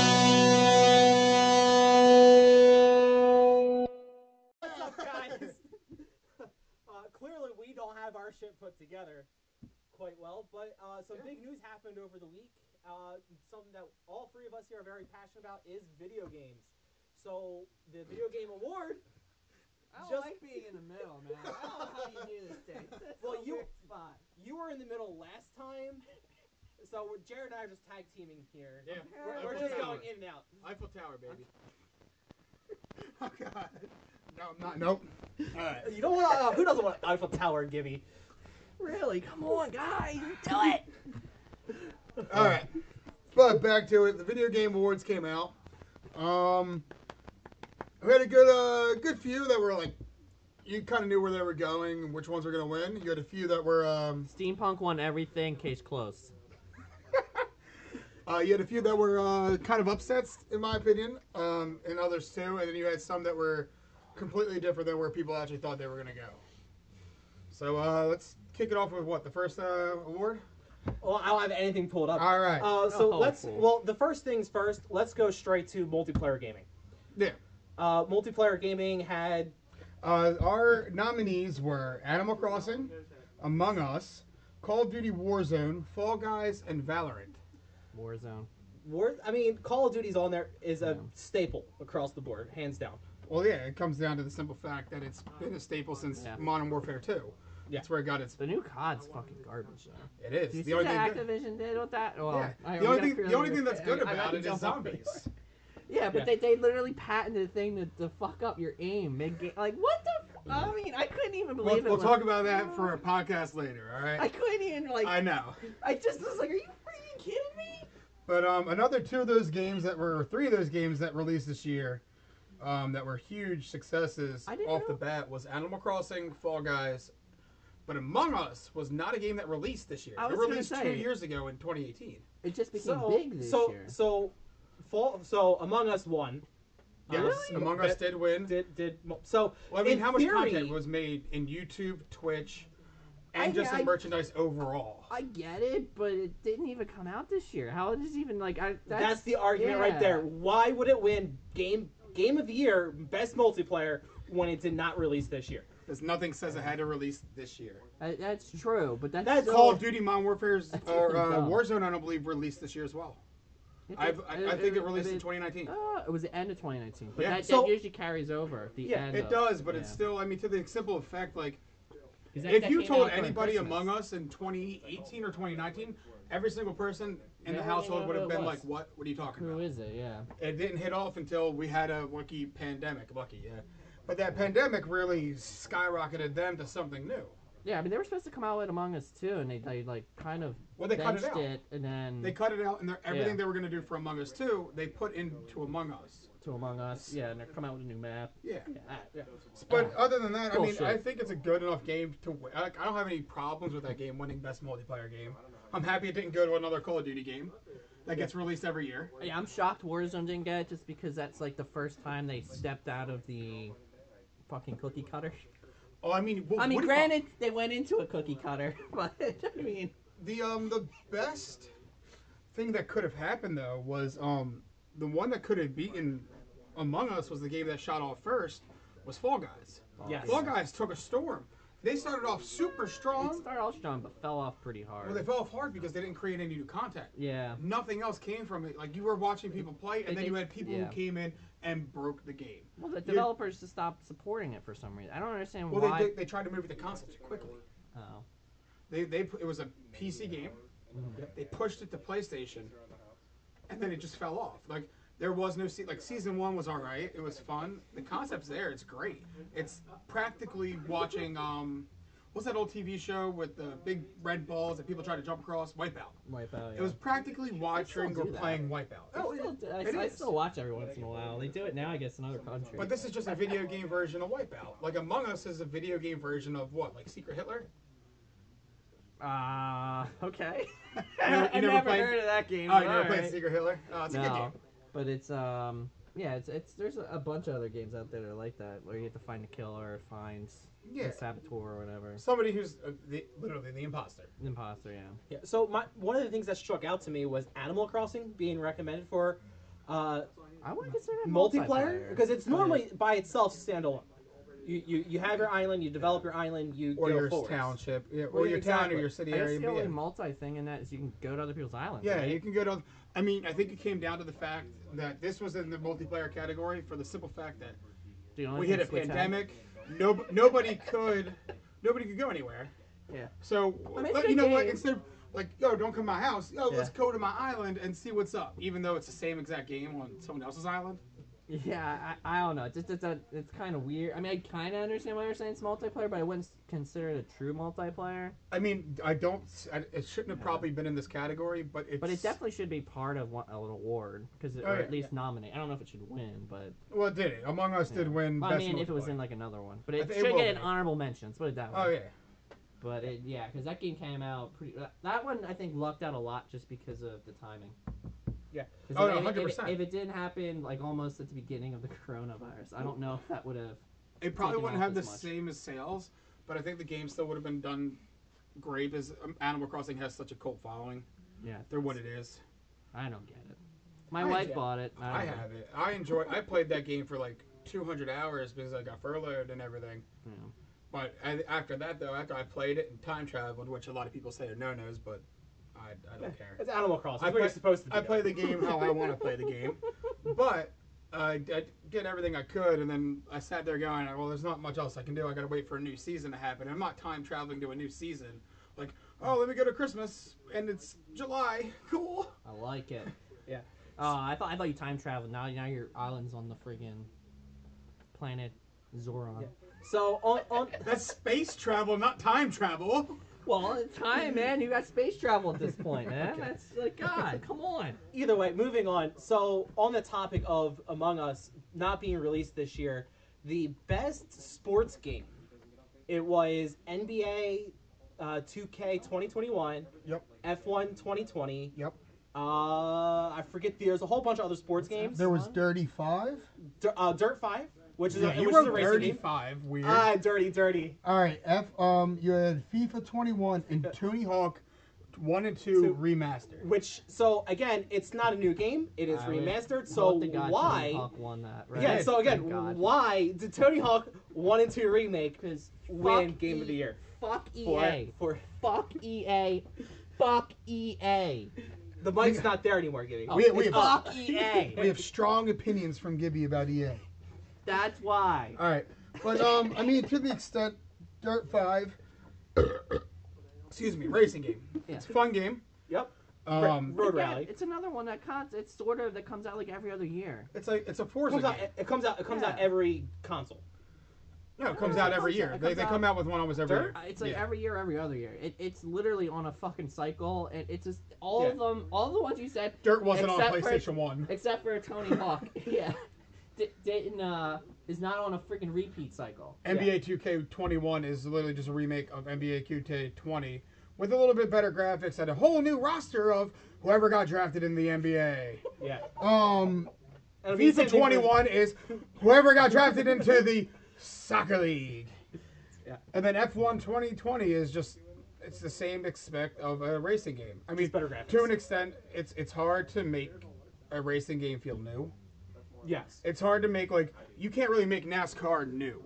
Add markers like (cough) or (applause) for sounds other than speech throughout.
(laughs) Uh, have our shit put together quite well. But uh, some Yeah. big news happened over the week. Uh, something that all three of us here are very passionate about is video games. So the video game award. I don't Just- like being in the middle, man. I don't know how you do this thing. (laughs) That's Well, a you- weird spot. You were in the middle last time, so we're, Jared and I are just tag teaming here. Yeah, We're, we're Eiffel just Tower. going in and out. Eiffel Tower, baby. (laughs) Oh God. No, I'm not. Nope. All right. You don't want to. Uh, who doesn't want Eiffel Tower, Gibby? Really? Come on, guys, do it. All right. But back to it. The video game awards came out. Um, we had a good, uh, good few that were like, you kind of knew where they were going and which ones were gonna win. You had a few that were, um, Steampunk won everything. Case closed. uh, you had a few that were uh, kind of upsets in my opinion, um, and others too. And then you had some that were completely different than where people actually thought they were gonna go. So uh, let's kick it off with what the first uh, award. Well, I don't have anything pulled up. All right. Uh, so Oh, let's. cool. Well, the first things first. Let's go straight to multiplayer gaming. yeah. Uh, multiplayer gaming had Uh, our nominees were Animal Crossing, Among Us, Call of Duty Warzone, Fall Guys, and Valorant. Warzone. War. I mean, Call of Duty's on there is a Yeah. staple across the board, hands down. Well, yeah, it comes down to the simple fact that it's been a staple since Yeah. Modern Warfare 2. Yeah. That's where it got its. The new COD's fucking garbage though. It is. Do you The see only thing what good- Activision did with that? Well, yeah. The I- I'm only gonna thing, clear the only this- thing that's I- good I got about it you is jump on zombies. Yeah, but Yeah. They, they literally patented the thing to, to fuck up your aim mid game. Like what the? F- I mean, I couldn't even believe Mm. We'll, it. we'll when- (laughs) talk about that for a podcast later, all I right? couldn't even like. I I, know. just was like, are you freaking kidding me? But um, another two of those games that were, or three of those games that released this year um, that were huge successes I didn't off the know. bat was Animal Crossing, Fall Guys, but Among Us was not a game that released this year. I it was gonna released two say. years ago in 2018. It just became so big this so year. so, fall, so Among Us won. Yes, Oh, Really? Among Us did win. Did did so? well, I mean, in how much theory- content was made in YouTube, Twitch, and I- just I- in merchandise overall? I get it, but it didn't even come out this year. How is it even like? I, That's, the argument right yeah. there. Why would it win game game of the year best multiplayer when it did not release this year? Because nothing says it had to release this year. I- that's true, but that's, That's still- Call of Duty Modern (laughs) Warfare's That's or really uh, dumb. Warzone, I don't believe, released this year as well. It i did- I, I think it released in it- 2019. Uh, it was the end of 2019, but Yeah. that, So- that usually carries over. at The Yeah, end It of- does, but it's yeah. still, I mean, to the simple effect, like, 'Cause that- if that you came told out during anybody Christmas. among us in 2018 or 2019, every single person in Yeah, the I household know would who have it been like, was. "What? What are you talking Who about?" is it? Yeah. It didn't hit off until we had a lucky pandemic. Lucky, yeah. But that pandemic really skyrocketed them to something new. Yeah, I mean they were supposed to come out with Among Us too, and they, they like kind of Well, they cut it benched out. and then They cut it out, and they're- everything Yeah. they were going to do for Among Us 2, they put into Among Us. to Among Us. Yeah, and they're coming out with a new map. Yeah. Yeah, I- yeah. But other than that, I mean, Bullshit. I think it's a good enough game to. wi- Like, I don't have any problems with that game winning best multiplayer game. I'm happy it didn't go to another Call of Duty game that gets released every year. Yeah, I'm shocked Warzone didn't get it just because that's like the first time they stepped out of the fucking cookie cutter. Oh, I mean, wh- I mean, what if granted they went into a cookie cutter, (laughs) but I mean, the um the best thing that could have happened though was um the one that could have beaten Among Us was the game that shot off first was Fall Guys. Yes. Fall Guys took a storm. They started off super it strong. started off strong but fell off pretty hard. Well, they fell off hard because they didn't create any new content. yeah. Nothing else came from it. Like you were watching people play, and They then you did- had people yeah. Mm-hmm. who came in and broke the game. Well, the developers just stopped supporting it for some reason. I don't understand Well, why. they, did, they tried to move it to console too quickly. oh. They, they pu- it was a PC game. They pushed it to PlayStation, and then it just fell off. Like there was no se- like season one was all right. It was fun. The concept's there. It's great. It's practically watching um, what's that old TV show with the big red balls that people try to jump across? Wipeout. Wipe out, It was practically watching do or that. playing Wipeout. I Oh, still, it- I, it I is. still watch every once in a while. They do it now, I guess, in other countries. But this is just a video game version of Wipeout. Like Among Us is a video game version of what? Like Secret (laughs) Hitler? ah, (laughs) okay. never- you (laughs) I never never played- heard of that game. Oh, you but never played alright. Secret Hitler? Oh, it's a good game. No, but it's um, yeah, it's it's there's a, a bunch of other games out there that are like that where you have to find the killer, find Yeah. the saboteur or whatever, Somebody who's uh, the, literally the imposter. the imposter. Yeah. Yeah. So my one of the things that struck out to me was Animal Crossing being recommended for uh, I would consider it multiplayer because it's normally by itself standalone. You, you, you have your island, you develop your island, you or go your forward. township, yeah, or Well, your town, exactly. or your city I guess area. the but only yeah. multi thing in that is you can go to other people's islands. Yeah, right? you can go to. I mean, I think it came down to the fact that this was in the multiplayer category for the simple fact that The only we hit a thing Switch had- pandemic. No, nobody could, nobody could go anywhere. Yeah. So I mean, it's but a you good know what? game. Instead of like, yo, don't come to my house. Yo, let's Yeah. go to my island and see what's up. Even though it's the same exact game on someone else's island. Yeah, I, I don't know. It's just it's, a, it's kind of weird. I mean, I kind of understand why you're saying it's multiplayer, but I wouldn't s- consider it a true multiplayer. I mean, I don't. I, it shouldn't have probably been in this category, but it's. But it definitely should be part of one, an award because Oh, or yeah, at least nominate. I don't know if it should win, but Well, it did it? Among Us did Yeah. win. well, I best mean, if it was multiplayer. in like another one, but I it think it should will get an be. honorable mention. Let's put it that way. Oh yeah. But it, yeah, because that game came out pretty. That, that one I think lucked out a lot just because of the timing. Yeah. 'Cause Oh, if- no, if- if it- 100%. If, it didn't happen like almost at the beginning of the (laughs) coronavirus, I don't know if that would have. It probably taken wouldn't off have the as much. same as sales, but I think the game still would have been done great as um, Animal Crossing has such a cult following. Yeah, They're what it is. I don't get it. My I wife get- bought it. I don't know. have it. I enjoy. I played that game for like 200 hours because I got furloughed and everything. Yeah. But a- after that, though, after I played it and time traveled, which a lot of people say are no nos, but I, I don't care. It's Animal Crossing. I That's what you're play- supposed to do. I play the game how I want to play the (laughs) game, but I, I did everything I could, and then I sat there going, "Well, there's not much else I can do. I got to wait for a new season to happen. I'm not time traveling to a new season. Like, oh, let me go to Christmas, and it's July. (laughs) Cool. I like it. (laughs) Yeah. Oh, I thought I thought you time traveled. Now now your island's on the friggin' planet Zoron. Yeah. So on, on That's space travel, not time travel. Well, (laughs) it's time, man. You got space travel at this point, man. That's like God. Come on. either way, moving on. So on the topic of Among Us not being released this year, the best sports game it was NBA uh, 2K 2021, Yep. F1 2020. Yep. Uh, I forget. There's a whole bunch of other sports games. There was Dirty Five. Dir- uh, Dirt Five, which is Yeah, a, you which were is a racing game. 35. Weird. Ah, dirty, dirty. All right, F. Um, you had FIFA 21 (laughs) and Tony Hawk, one and two So- remastered. Which so again, it's not a new game. It is I would remastered. So Hope to God Tony why? Hawk won that, right? Yeah. So again, Thank God. why did Tony Hawk One and Two remake Because win Game of the Year Fuck EA. for for Fuck E EA. Fuck E EA. the mic's not there anymore, Gibby. Oh, We- we- it's fuck EA. We have strong opinions from Gibby about EA. That's why. All right, but um, I mean, to the extent, Dirt Five. Excuse me. Racing game. Yeah. It's a fun game. Yep. Um, Road Again, Rally. It's another one that comes. It's sort of that comes out like every other year. it's like it's a It Forza comes out. game. It comes out. It comes out Yeah. every console. No, it comes no, out it every comes- year. it They, comes they out- come out with one almost every Dirt? year. Uh, It's like Yeah. every year, every other year. It, it's literally on a fucking cycle, and it's just all of Yeah. them, all the ones you said, Dirt wasn't on Except for- PlayStation One. except for Tony Hawk. (laughs) yeah, D- didn't uh, is not on a freaking repeat cycle. NBA 2K21 is literally just a remake of NBA 2K20 with a little bit better graphics and a whole new roster of whoever got drafted in the NBA. Yeah. And Um, it'll be the same FIFA thing for- 21 is whoever got drafted into the soccer league. Yeah. And then F1 2020 is just it's the same aspect of a racing game. I mean, Just better graphics. to an extent, it's it's hard to make a racing game feel new. Yes. it's hard to make like you can't really make NASCAR new.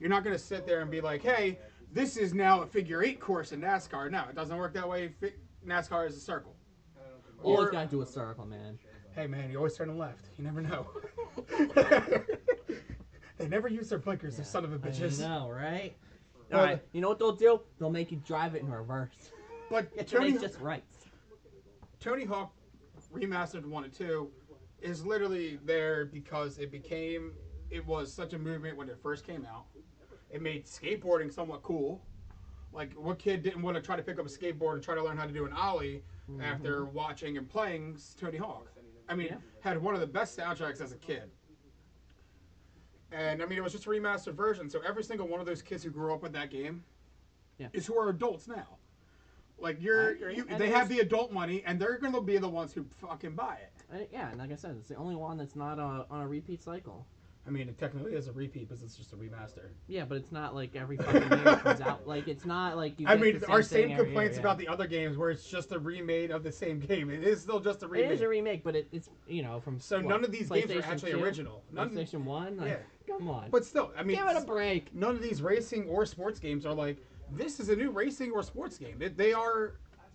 You're not gonna sit there and be like, hey, this is now a figure eight course in NASCAR. No, it doesn't work that way. Fi- NASCAR is a circle. always Or- gotta do a (laughs) circle, man. Hey man, you always turn them left. You never (laughs) know. they never use their blinkers, Yeah. they son of a bitches. I know, right? Well, all right, you know what they'll do? They'll make you drive it in reverse. (laughs) But to Tony, make just right. Tony Hawk remastered one and two is literally there because it became it was such a movement when it first came out. It made skateboarding somewhat cool. Like what kid didn't want to try to pick up a skateboard and try to learn how to do an ollie after watching and playing s- Tony Hawk? I mean, Mm-hmm. Yeah. had one of the best soundtracks as a kid. And I mean, it was just a remastered version. So every single one of those kids who grew up with that game Yeah. is who are adults now. Like I you're, agree. you, And they it have was- the adult money, and they're gonna be the ones who fucking buy it. Uh, yeah, and like I said, it's the only one that's not uh, on a repeat cycle. I mean, it technically is a repeat because it's just a remaster. Yeah, but it's not like every fucking year it comes out. Like it's not like you. I get mean, the same our thing same every complaints year, yeah. about the other games where it's just a remade of the same game. It is still just a remake. It is a remake, but it, it's you know from so what, none of these games are PlayStation actually 2? original. None, PlayStation One, like, yeah. Come on. But still, I mean, Give it a break. none of these racing or sports games are like this is a new racing or sports game. It, they are.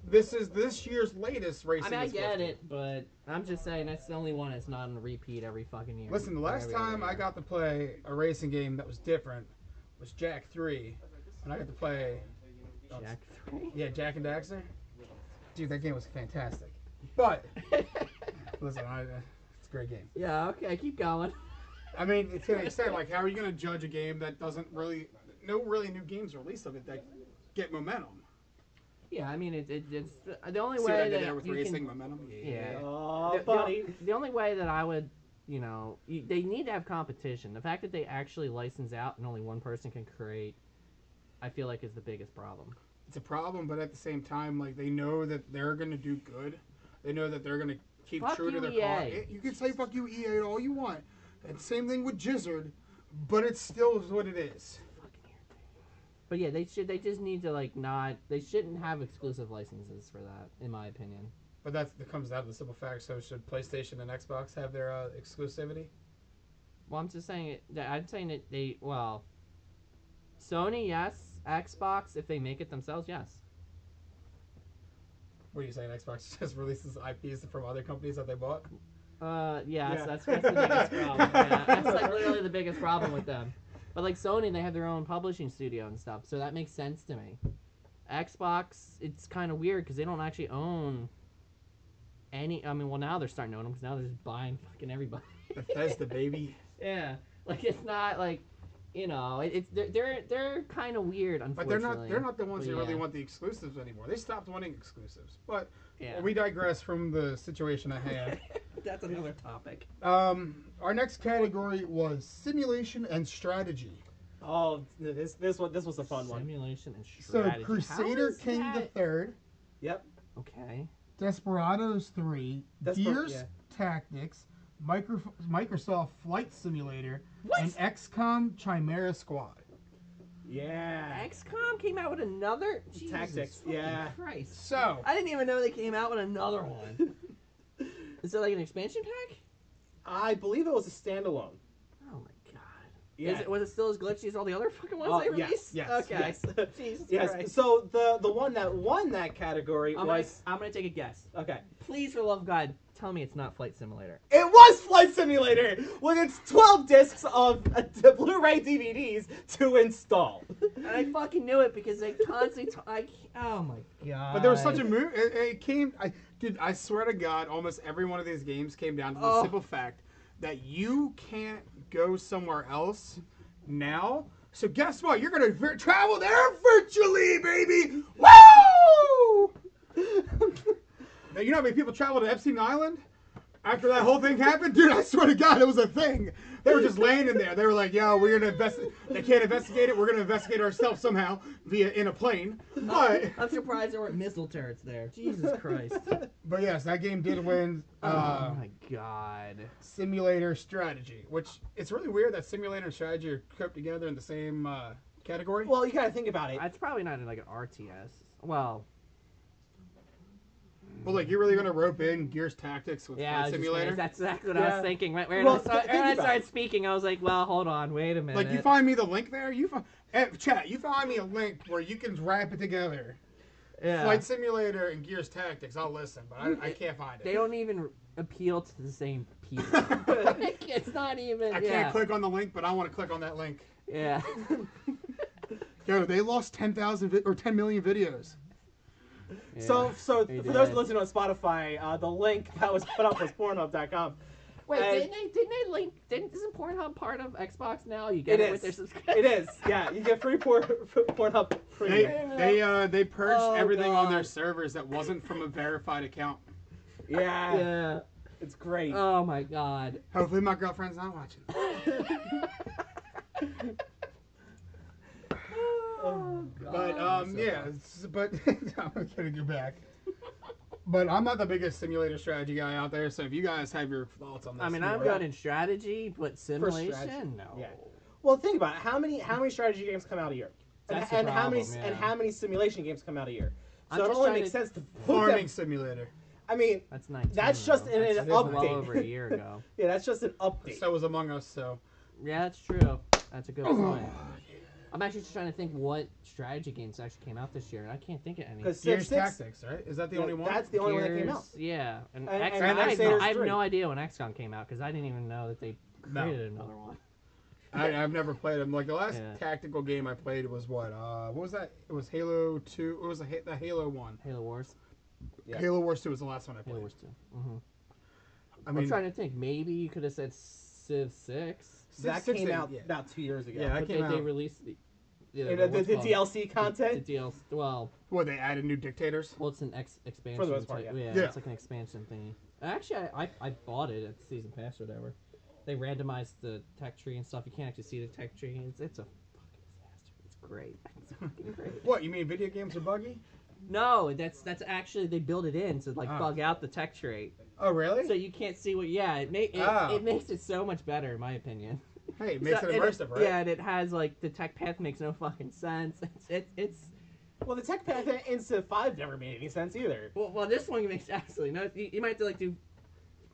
This is this year's latest racing. I mean, I and sports get game. it, but I'm just saying that's the only one that's not on repeat every fucking year. Listen, the Or last every other time I year. got to play a racing game that was different was Jack Three, and I got to play. Jack three. (laughs) Yeah, Jack and Daxter. Dude, that game was fantastic. But listen, I, it's a great game. yeah. Okay. Keep going. (laughs) I mean, it's gonna extend. Like, how are you gonna judge a game that doesn't really, no really new games released of it that get momentum? Yeah. I mean, it, it, it's the only See what I way did that there with you racing can momentum? Yeah. Oh, the- the o- buddy. The, only way that I would, you know, you, they need to have competition. The fact that they actually license out and only one person can create, I feel like is the biggest problem. it's a problem, but at the same time, like they know that they're gonna do good. They know that they're gonna keep Fuck E true to you, their EA. cause. Eh, You can say "fuck you, EA" all you want, and same thing with Jizzard, but it still is what it is. But yeah, they should. They just need to like not. They shouldn't have exclusive licenses for that, in my opinion. But that's, that comes out of the simple fact. So should PlayStation and Xbox have their uh, exclusivity? Well, I'm just saying it. That I'm saying that they. Well, Sony, yes. Xbox, if they make it themselves, yes. What are you saying? Xbox (laughs) just releases IPs from other companies that they bought. Uh, yes, Yeah. that's, that's the biggest problem. (laughs) Yeah, that's like literally the biggest problem with them. But like Sony, they have their own publishing studio and stuff, so that makes sense to me. Xbox, it's kind of weird because they don't actually own any. I mean, well, now they're starting to own them because now they're just buying fucking everybody. (laughs) Bethesda, baby. yeah, like it's not like, you know, it, it's they're they're, they're kind of weird. But Unfortunately, they're not they're not the ones But that really yeah. want the exclusives anymore. They stopped wanting exclusives. But Yeah. we digress from the situation at hand. That's another topic. um, Our next category was simulation and strategy. Oh, this this one this was a fun one. Simulation and So strategy. How Crusader is King that- the Third, Yep. Okay. Desperados Three, Desper- Gears yeah. Tactics, Micro- Microsoft Flight Simulator, and XCOM Chimera Squad. Yeah. XCOM came out with another Jesus Tactics, fucking yeah. Christ. so I didn't even know they came out with another one. (laughs) Is it like an expansion pack? I believe it was a standalone. Oh my god. Yeah. Is it, was it still as glitchy as all the other fucking ones Oh, they yes, released? yes, Okay. yes. (laughs) (laughs) Jesus yes. Christ. So the the one that won that category I'm gonna, was I'm gonna take a guess. okay. Please, for the love of God, tell me it's not Flight Simulator. It was Flight Simulator with its 12 discs of (laughs) uh, d- Blu-ray DVDs to (laughs) install. And I fucking knew it because they constantly. T- I can't- oh my god. but there was such a move. It, it came. I did. I swear to God, almost every one of these games came down to the Oh. simple fact that you can't go somewhere else now. So guess what? You're gonna vir- travel there virtually, baby. Woo! now, you know how many people travel to Epstein Island? After that whole thing happened, dude, I swear to God, it was a thing. They were just laying in there. They were like, "Yo, we're gonna investigate. They can't investigate it. We're gonna investigate ourselves somehow via in a plane." But I'm surprised there weren't missile turrets there. Jesus (laughs) Christ. But yes, that game did win oh uh, my god. Simulator Strategy, which it's really weird that Simulator and Strategy are grouped together in the same uh, category. Well, you gotta think about it. It's probably not like an RTS. Well, But like, you're really gonna rope in Gears Tactics with Yeah, I Flight was just Simulator? gonna- that's exactly what I Yeah. was thinking. Right where Well, I, th- start, think when I about started it. speaking, I was like, "Well, hold on, wait a minute." like, you find me the link there. You find, chat. You find me a link where you can wrap it together. yeah. Flight Simulator and Gears Tactics. I'll listen, but I, I can't find it. (laughs) they don't (laughs) even appeal to the same people. (laughs) (laughs) Like, it's not even. I can't yeah. click on the link, but I want to click on that link. (laughs) Yeah. Yo, they lost ten thousand vi- or ten million videos. So, so they for those did. listening on Spotify, uh, the link that was put up was Pornhub.com. wait, I- didn't they? Didn't they link? Didn't isn't Pornhub part of Xbox now? You get It it, is. with their It subscription. (laughs) is, yeah. You get free porn, (laughs) Pornhub They Premium. they uh, they purged Oh, everything on their God. servers that wasn't from a verified account. Yeah, Yeah. it's great. Oh my god. Hopefully, my girlfriend's not watching. Oh, god. But um, yeah, it's- but (laughs) I'm gonna go back. But I'm not the biggest simulator strategy guy out there, so if you guys have your thoughts on this, I mean, I'm you're- good in strategy, but strategy, simulation, no. yeah. Well, think about it. How many how many strategy games come out a year? And, That's the and how many problem, and yeah. how many simulation games come out a year? I'm So it just only trying makes to- sense to put farming them. simulator. I mean, That's 19. That's just though. an- That's an well update. over a year ago. yeah, that's just an update. So was Among Us. So Yeah, that's true. That's a Oh. good point. I'm actually just trying to think what strategy games actually came out this year, and I can't think of any. Because Gears Civ Six, Tactics, right? Is that the yeah, only one? that's the only one that came out. Gears- Yeah, and, And- and XCOM, I, have no, Crusaders I have 3. no idea when XCOM came out because I didn't even know that they No. created another one. I, I've never played them. Like the last Yeah. tactical game I played was what? Uh, what was that? It was Halo Two. It was a, Ha- the Halo one. Halo Wars, Yeah. Halo Wars Two was the last one I played. Halo Wars 2 Mm-hmm. I I'm mean, trying to think. Maybe you could have said Civ Six. Civ that Six came and- out yeah. about two years ago. Yeah, that but came they, they out. released the, yeah, And the, the, what's the called- DLC content. The, the DLC. Well, What they added new dictators. well, it's an ex- expansion. most it's part, like- yeah. yeah. Yeah. it's like an expansion thingy. Actually, I, I, I bought it at the season pass or whatever. They randomized the tech tree and stuff. You can't actually see the tech tree. It's, it's a fucking disaster. It's great. (laughs) It's fucking great. What you mean? Video games are buggy? No, that's that's actually they build it in to like Ah. bug out the tech tree, Oh really? so you can't see what. Yeah, it ma- it, Ah. it makes it so much better in my opinion. hey, it makes So- it and immersive, right? Yeah, and it has like the tech path makes no fucking sense. It's it's, it's Well, the tech path in Civ Five never made any sense either. (laughs) well, well, this one makes (laughs) absolutely no. You, you might have to like do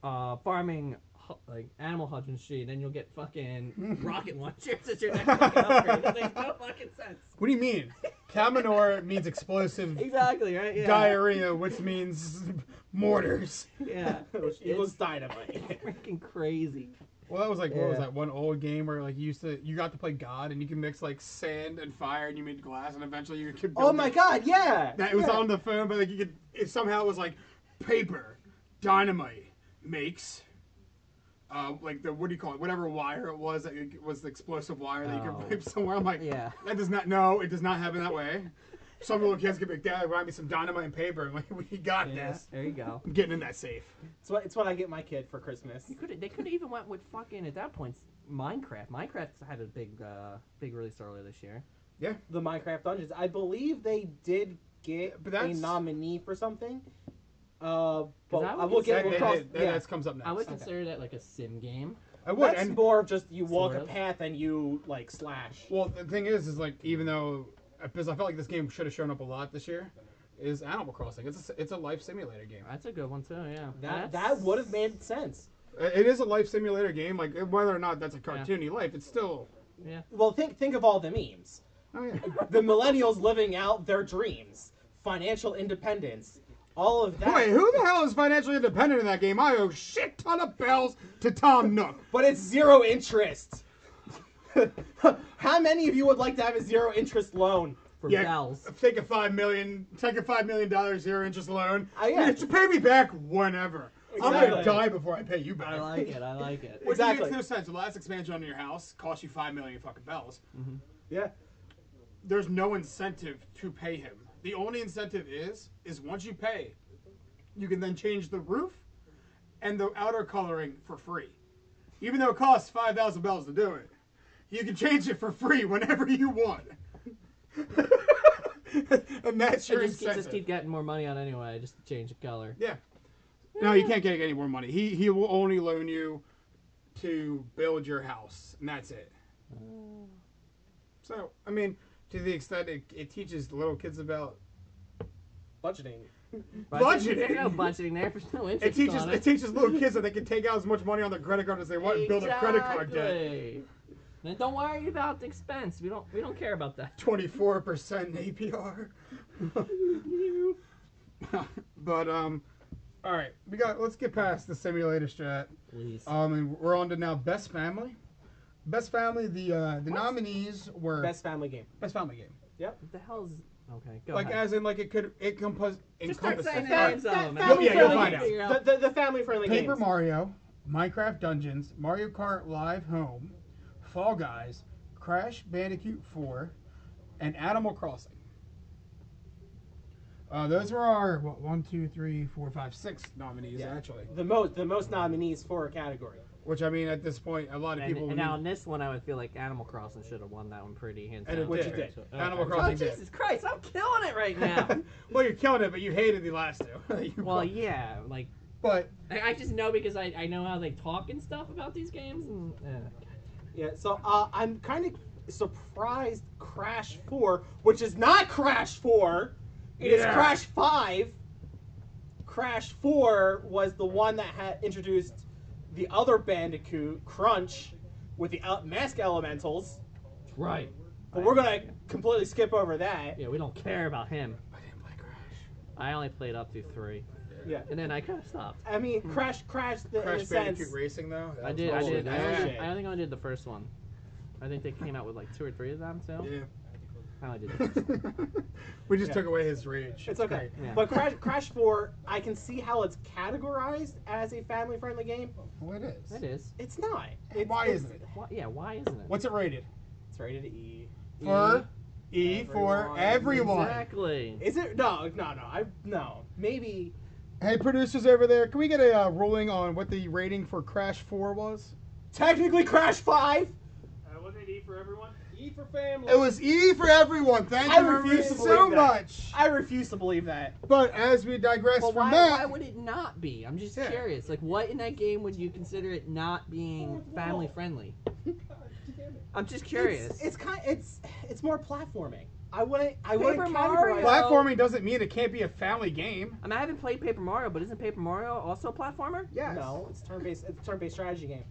uh, farming hu- like animal husbandry, and then you'll get (laughs) fucking rocket launchers as your next fucking upgrade. It makes no fucking sense. What do you (laughs) mean? Kaminor means explosive Exactly right. Yeah. diarrhea, which means (laughs) mortars. (laughs) Yeah. Which equals dynamite. Freaking crazy. Well, that was like what was Yeah. that one old game where like you used to you got to play God and you can mix like sand and fire and you made glass and eventually you could. oh build my it. god, yeah. That it was yeah. on the phone, but like you could it somehow it was like paper, dynamite makes. Uh, like the what do you call it? Whatever wire it was that you- was the explosive wire that you Oh. could pipe somewhere. I'm like, Yeah. that does not. No, it does not happen that way. Some little kids could be like, Dad, buy me some dynamite and paper. I'm like, (laughs) we got Yeah, this. there you go. I'm getting in that safe. It's what it's what I get my kid for Christmas. You could they could even went with fucking at that point Minecraft. Minecraft's had a big uh big release earlier this year. The Minecraft Dungeons. I believe they did get But a that's- nominee for something. Uh, but I would I will That, get consider- we'll that, cross, that- yeah. that comes up next. I would Okay. consider that like a sim game. I would. That's And, more of just you walk a Sort of. path and you like slash. well, the thing is, is like even though because I felt like this game should have shown up a lot this year, is Animal Crossing. It's a, it's a life simulator game. That's a good one too, yeah. That That's- that would have made sense. It is a life simulator game. Like whether or not that's a cartoony life, it's still. Well, think think of all the memes. Oh yeah. (laughs) The millennials living out their dreams, financial independence, all of that. Wait, who the hell is financially independent in that game? I owe shit ton of bells to Tom (laughs) Nook. But it's zero interest. (laughs) How many of you would like to have a zero interest loan? for Yeah. bells. Take a five million, take a five million dollars zero interest loan. I- Oh, yeah. You should pay me back whenever. I'm Exactly. gonna die before I pay you back. I like it, I like it. Which Exactly. makes no sense. The last expansion on your house cost you five million fucking bells. Mm-hmm. Yeah. There's no incentive to pay him. The only incentive is is once you pay, you can then change the roof and the outer coloring for free. Even though it costs five thousand bells to do it, you can change it for free whenever you want. (laughs) and that's I your just, incentive. just keep getting more money on anyway, just change the color. Yeah. No, you can't get any more money. He he will only loan you to build your house, and that's it. Oh. So I mean, to the extent it, it teaches the little kids about Budgeting. Budgeting? There's no budgeting there (laughs) for no interest. it teaches on it teaches little kids that they can take out as much money on their credit card as they want and build a credit card debt. Exactly. And don't worry about the expense. We don't we don't care about that. Twenty four percent (laughs) APR. (laughs) but um, all right, we got. Let's get past the simulator strat. Please. Um, and we're on to now best family. Best family. The uh, the nominees were Best family game. Best family game. What the hell's okay? Go Like ahead. as in like it could it compos- Just start encompasses All saying right. names of them. You'll- yeah, you'll find out. The, the, the family friendly game. Paper Mario, Minecraft Dungeons, Mario Kart Live Home, Fall Guys, Crash Bandicoot 4, and Animal Crossing. Uh, those were our what one, two, three, four, five, six nominees Yeah. actually. The most the most nominees for a category. Which I mean, at this point, a lot of And, people. would (laughs) and now in need- this one, I would feel like Animal Crossing should have won that one pretty hands And it down. would- it did. Animal Oh Crossing did. Jesus Christ! I'm killing it right now. (laughs) (laughs) well, you're killing it, but you hated the last two. (laughs) You- well, yeah, like but I, I just know because I, I know how they talk and stuff about these games. And, uh, Yeah, so uh, I'm kind of surprised Crash 4, which is not Crash 4, it is Yeah. Crash 5. Crash 4 was the one that had introduced the other Bandicoot, Crunch, with the el- mask elementals, Right. but we're gonna completely skip over that. Yeah, we don't care about him. I didn't play Crash. I only played up through three, Yeah. and then I kind of stopped. I mean, Hmm. Crash, Crash, the, in Crash a sense, Bandicoot Racing though. That I was did. I bullshit. did. I bullshit. only, Yeah. I think I only did the first one. I think they came out with like two or three of them. So Yeah. I only did. The first one. (laughs) we just Yeah. took away his rage. It's okay. Yeah. But Crash, Crash 4, I can see how it's categorized as a family friendly game. Well, it is. It is. It's not. It- Why it's- isn't it? Why, yeah. Why isn't it? What's it rated? It's rated E. For E for Everyone. everyone. exactly? Is it? No, no, no. I No. Maybe. Hey, producers over there, can we get a uh, ruling on what the rating for Crash 4 was? Technically, Crash 5? Uh, wasn't it E for everyone? E for family. It was E for everyone. Thank I you refuse to very- so believe that. much. I refuse to believe that. But as we digress But from why, that, why would it not be? I'm just Yeah. curious. Like, what in that game would you consider it not being family friendly? I'm just curious. It's, it's kind. It's it's more platforming. I wouldn't. I wouldn't Paper categorize. Mario. Platforming doesn't mean it can't be a family game. I mean, I haven't played Paper Mario, but isn't Paper Mario also a platformer? Yes. No, it's turn-based. It's a turn-based strategy game.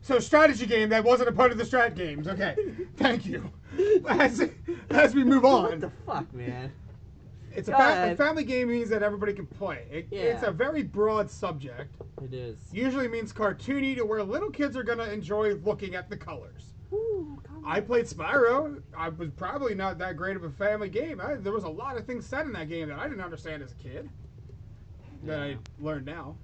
So strategy game that wasn't a part of the strat games. (laughs) Okay, thank you. As, as we move What the on, fuck, man? it's a, Go fa- ahead. a family game means that everybody can play. It, Yeah. It's a very broad subject. It is. Usually means cartoony to where little kids are gonna enjoy looking at the colors. Ooh, come I played Spyro. I was probably not that great of a family game. I, there was a lot of things said in that game that I didn't understand as a kid. That I learned now.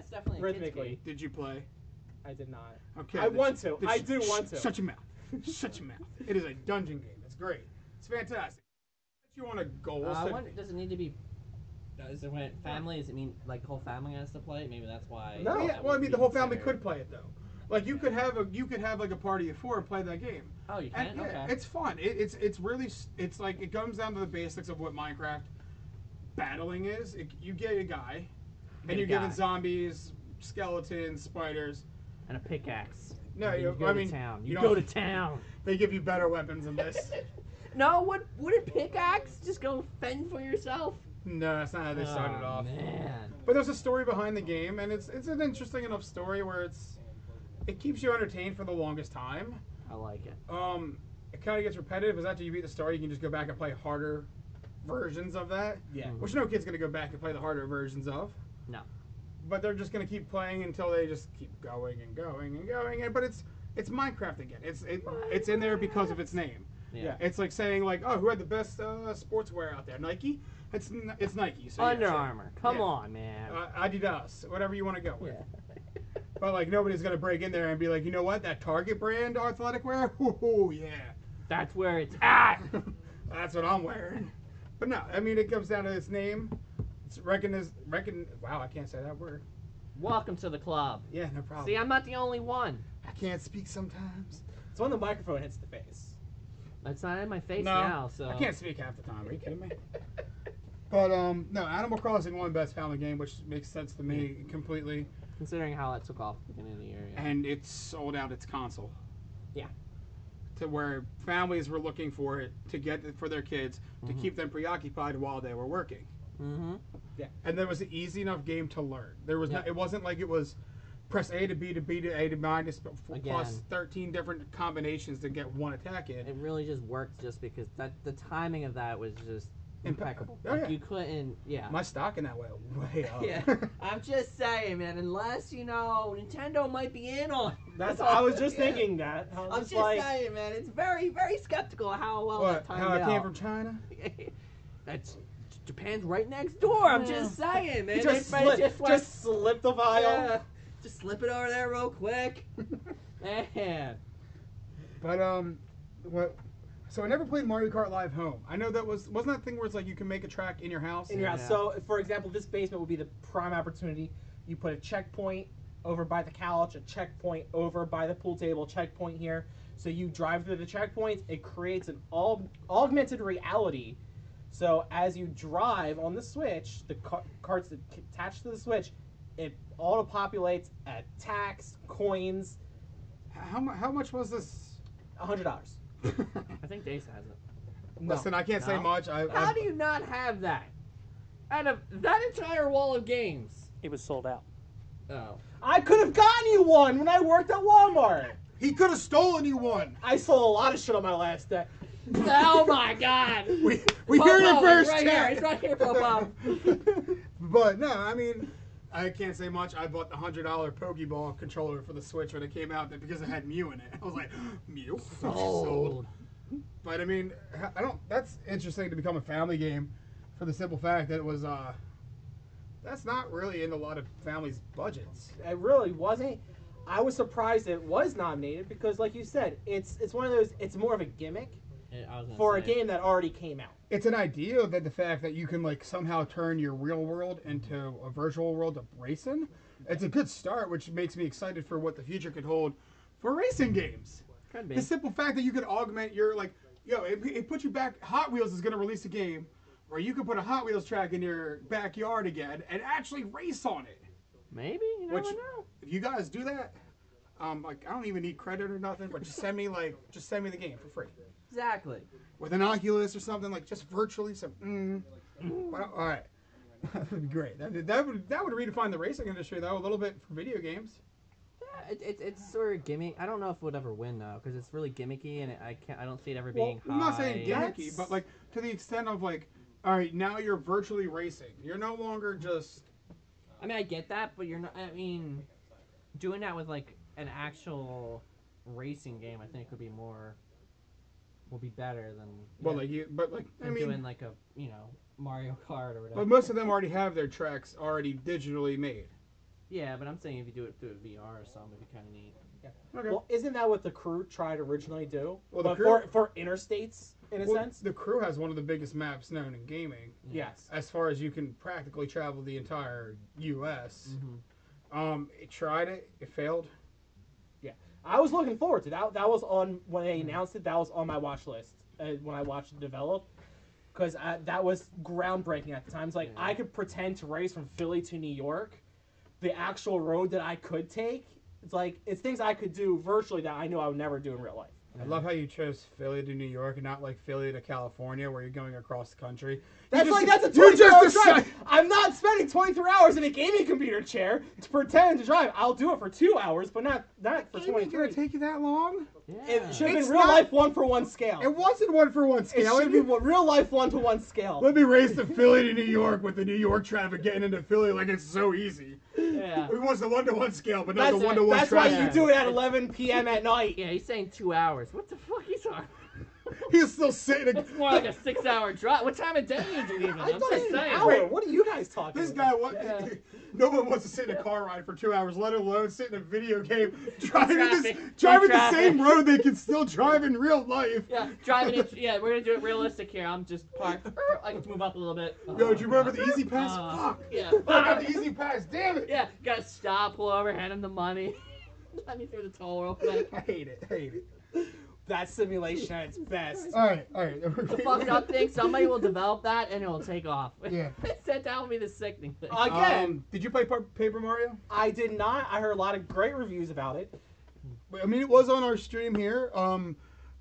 It's definitely a kid's Rhythmically, game. Did you play? I did not. Okay. I want to. then I sh- do sh- want to. (laughs) Shut your mouth. shut your mouth. It is a dungeon game. It's great. It's fantastic. If you want a goal, Uh, I set- wonder, does it need to be? Does it when family? Does it mean like the whole family has to play? Maybe that's why. No. that yeah, well, I would mean, be the whole family considered- could play it though. Like you could have a you could have like a party of four and play that game. Oh, you can. And yeah, okay. it's fun. It, it's it's really s- it's like it comes down to the basics of what Minecraft battling is. It, you get a guy, Get and a you're given guy. zombies, skeletons, spiders. and a pickaxe. No, And you, you- go I to mean, town. You, you go to don't- (laughs) town. They give you better weapons than this. No, what? Would a pickaxe just go fend for yourself? no, that's not how they started Aw, off. Oh, Man. But there's a story behind the game, and it's it's an interesting enough story where it's it keeps you entertained for the longest time. I like it. Um, it kind of gets repetitive. Is after you beat the story, you can just go back and play harder versions of that. Yeah. Which no kid's gonna go back and play the harder versions of. No. But they're just gonna keep playing until they just keep going and going and going. And but it's it's Minecraft again. It's it, it's in there because of its name. Yeah. It's like saying like, oh, who had the best uh, sportswear out there? Nike. It's n- it's Nike. So yeah, Under sure. Armour. Come Yeah. on, man. uh, Adidas, whatever you want to go with. Yeah. But like nobody's gonna break in there and be like, you know what, that Target brand athletic wear, (laughs) oh yeah, (laughs) That's where it's at. that's what I'm wearing. But no, I mean it comes down to its name. It's recogniz recon. Wow, I can't say that word. Welcome to the club. Yeah, no problem. See, I'm not the only one. I can't speak sometimes. It's when the microphone hits the face. That's not in my face No, now, so. I can't speak half the time. Are you kidding me? But um, no, Animal Crossing won best family game, which makes sense to me. Me completely, Considering how that took off at the beginning of the year. Yeah. and it sold out its console. Yeah. To where families were looking for it to get it for their kids to keep them preoccupied while they were working. Mm-hmm. and there was an easy enough game to learn. There was Yeah. no, it wasn't like it was press A to B to B to A to minus but f- Again. plus thirteen different combinations to get one attack in. It really just worked just because that the timing of that was just impeccable. Oh, yeah. Like, you couldn't, yeah. My stock in that way (laughs) way up. (laughs) Yeah. (laughs) I'm just saying, man. Unless you know, Nintendo might be in on. That's I was just Yeah. thinking that. I was I'm just just like, saying, man. It's very, very skeptical how well What? that timed How I came out. from China? (laughs) That's Japan's right next door. I'm just saying, man. just Everybody slip, just just, went- slip the vial. Yeah. Just slip it over there real quick. (laughs) (laughs) man. But um, what? So I never played Mario Kart Live Home. I know that was wasn't that thing where it's like you can make a track in your house. in your house. Yeah. So, for example, this basement would be the prime opportunity. You put a checkpoint over by the couch, a checkpoint over by the pool table, checkpoint here. So you drive through the checkpoints. It creates an all augmented reality. So as you drive on the Switch, the car- carts that c- attach to the Switch, it auto populates attacks, coins, How mu- how much was this? hundred dollars. I think Dace has it. No. Listen, I can't say No. much. I, How I- do you not have that? Out of that entire wall of games. It was sold out. Oh. I could have gotten you one when I worked at Walmart. He could have stolen you one. I sold a lot of shit on my last day. oh my (laughs) god. We we heard it Popo, it's first. Right here. Chad. It's right here, (laughs) Popo. But no, I mean, I can't say much. I bought the hundred dollar Pokeball controller for the Switch when it came out that- because it had Mew (laughs) in it. I (gasps) was like, Mew sold. but I mean, I don't. That's interesting to become a family game, for the simple fact that it was. uh That's not really in a lot of families' budgets. it really wasn't. I was surprised it was nominated because, like you said, it's it's one of those. It's more of a gimmick I was gonna for a say. game that already came out. It's an idea that the fact that you can like somehow turn your real world into a virtual world of racing. It's a good start, which makes me excited for what the future could hold for racing games. Could be. The simple fact that you could augment your like, yo, it, it put you back. Hot Wheels is gonna release a game where you can put a Hot Wheels track in your backyard again and actually race on it. Maybe you never Which- know. If you guys do that, um, like I don't even need credit or nothing, but just send me like, just send me the game for free Exactly. with an Oculus or something like just virtually. So Mm. Well, (laughs) all right. that would be great. That, that would that would redefine the racing industry though a little bit for video games. Yeah, It, it, it's sort of gimmick. I don't know if it would ever win though, because it's really gimmicky, and it, I can't. I don't see it ever Well, being. I'm not saying high. gimmicky, but like to the extent of like, all right, now you're virtually racing. You're no longer just I mean, I get that, but you're not. I mean, doing that with like an actual racing game, I think would be more. Will be better than. Well, yeah, like you, but like I than mean, doing like a you know Mario Kart or whatever. But most of them already have their tracks already digitally made. yeah, but I'm saying if you do it through VR or something, it'd be kind of neat. Okay. Well, isn't that what the crew tried originally do? Well, the but crew- for for interstates, in a well, sense. the crew has one of the biggest maps known in gaming. yes. As far as you can practically travel the entire U.S. Mhm. Mm-hmm. Um, it tried it, it failed. I was looking forward to that. That was on when they Hmm. announced it. That was on my watch list uh, when I watched it develop. Because that was groundbreaking at the time. It's like Hmm. Yeah. I could pretend to race from Philly to New York, the actual road that I could take. It's like it's things I could do virtually that I knew I would never do in real life. I love how you chose Philly to New York and not like Philly to California, where you're going across the country. That's You like just- that's a you 23 hour just drive. decide- I'm not spending 23 hours in a gaming computer chair to pretend to drive. I'll do it for two hours, but not not for Ain't it gonna 23. take you that long? Yeah. It should have been It's real not- life one for one scale. It wasn't one for one It scale. should be one- real life one to one scale. Let me race to Philly to New York with the New York traffic getting into Philly like it's so easy. yeah. It was the one to one scale, but not That's, the one to one that's why you traffic. do it at 11 p.m. at night. Yeah, he's saying two hours. What the fuck he's on? He's still sitting. It's (laughs) more like a six-hour drive. What time of day is it even? I I'm thought just it was an saying. hour. What are you guys talking This guy, about? wa- Yeah. no one wants to sit in a car ride for two hours, let alone sit in a video game (laughs) driving this, Traffic. driving the Traffic. same road they can still drive in real life. Yeah, driving it. Yeah, we're gonna do it realistic here. I'm just parked. (laughs) Er, I can move up a little bit. Yo, do you remember the Easy Pass? Uh, Fuck. Yeah. (laughs) I got the Easy Pass. Damn it. Yeah, gotta stop, pull over, hand him the money. (laughs) Let me through the toll real quick. (laughs) I hate it. I hate it. That simulation at its best. All right, all right. (laughs) The fucked up thing, somebody will develop that and it will take off. (laughs) Yeah. that that will be the sickening thing. Again, Um, did you play Pa- Paper Mario? I did not. I heard a lot of great reviews about it. I mean, it was on our stream here. Um,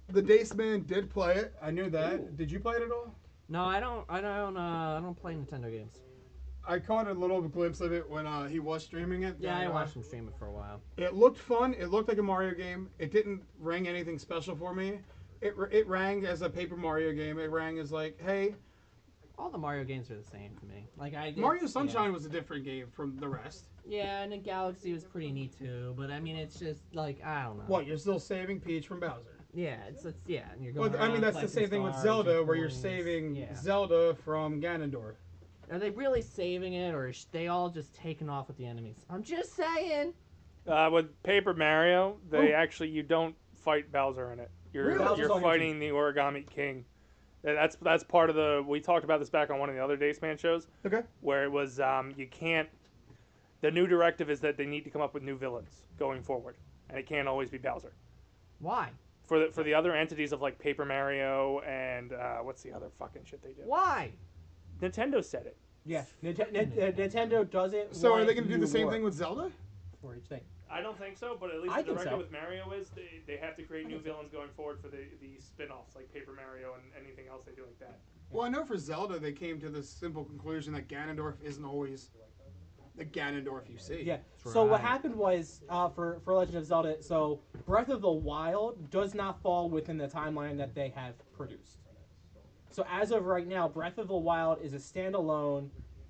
the Dace Man did play it. I knew that. Did you play it at all? No, I don't. I don't. Uh, I don't play Nintendo games. I caught a little glimpse of it when uh, he was streaming it. Yeah, I And, uh, watched him stream it for a while. It looked fun. It looked like a Mario game. It didn't ring anything special for me. It, r- it rang as a Paper Mario game. It rang as like, hey, all the Mario games are the same to me. Like I Mario it's- Sunshine was a different game from the rest. Yeah, yeah and then Galaxy was pretty neat too. But I mean, it's just like I don't know. What? You're still saving Peach from Bowser? Yeah, it's, it's yeah. And you're Well, going I mean around that's the collecting same thing with stars Zelda, and where you're coins. saving Yeah. Zelda from Ganondorf. Are they really saving it, or is they all just taking off with the enemies? I'm just saying. Uh, with Paper Mario, they actually you don't fight Bowser in it. You're Really? Bowser's you're on your fighting the Origami King. That- That's that's part of the. We talked about this back on one of the other Days Man shows. Okay. Where it was um, you can't. The new directive is that they need to come up with new villains going forward, and it can't always be Bowser. Why? For the for the other entities of like Paper Mario and uh, what's the other fucking shit they do? Why? Nintendo said it. Yeah, Nite- Nite- uh, Nintendo doesn't. So are want they going to do you the same more thing with Zelda? for each thing? I don't think so, but at least I the think directive so. with Mario is they, they have to create new villains going forward for the, the spin offs like Paper Mario and anything else they do like that. Well, I know for Zelda, they came to the simple conclusion that Ganondorf isn't always the Ganondorf you see. Yeah. So what right. happened was uh, for for Legend of Zelda, so Breath of the Wild does not fall within the timeline that they have produced. So as of right now, Breath of the Wild is a standalone.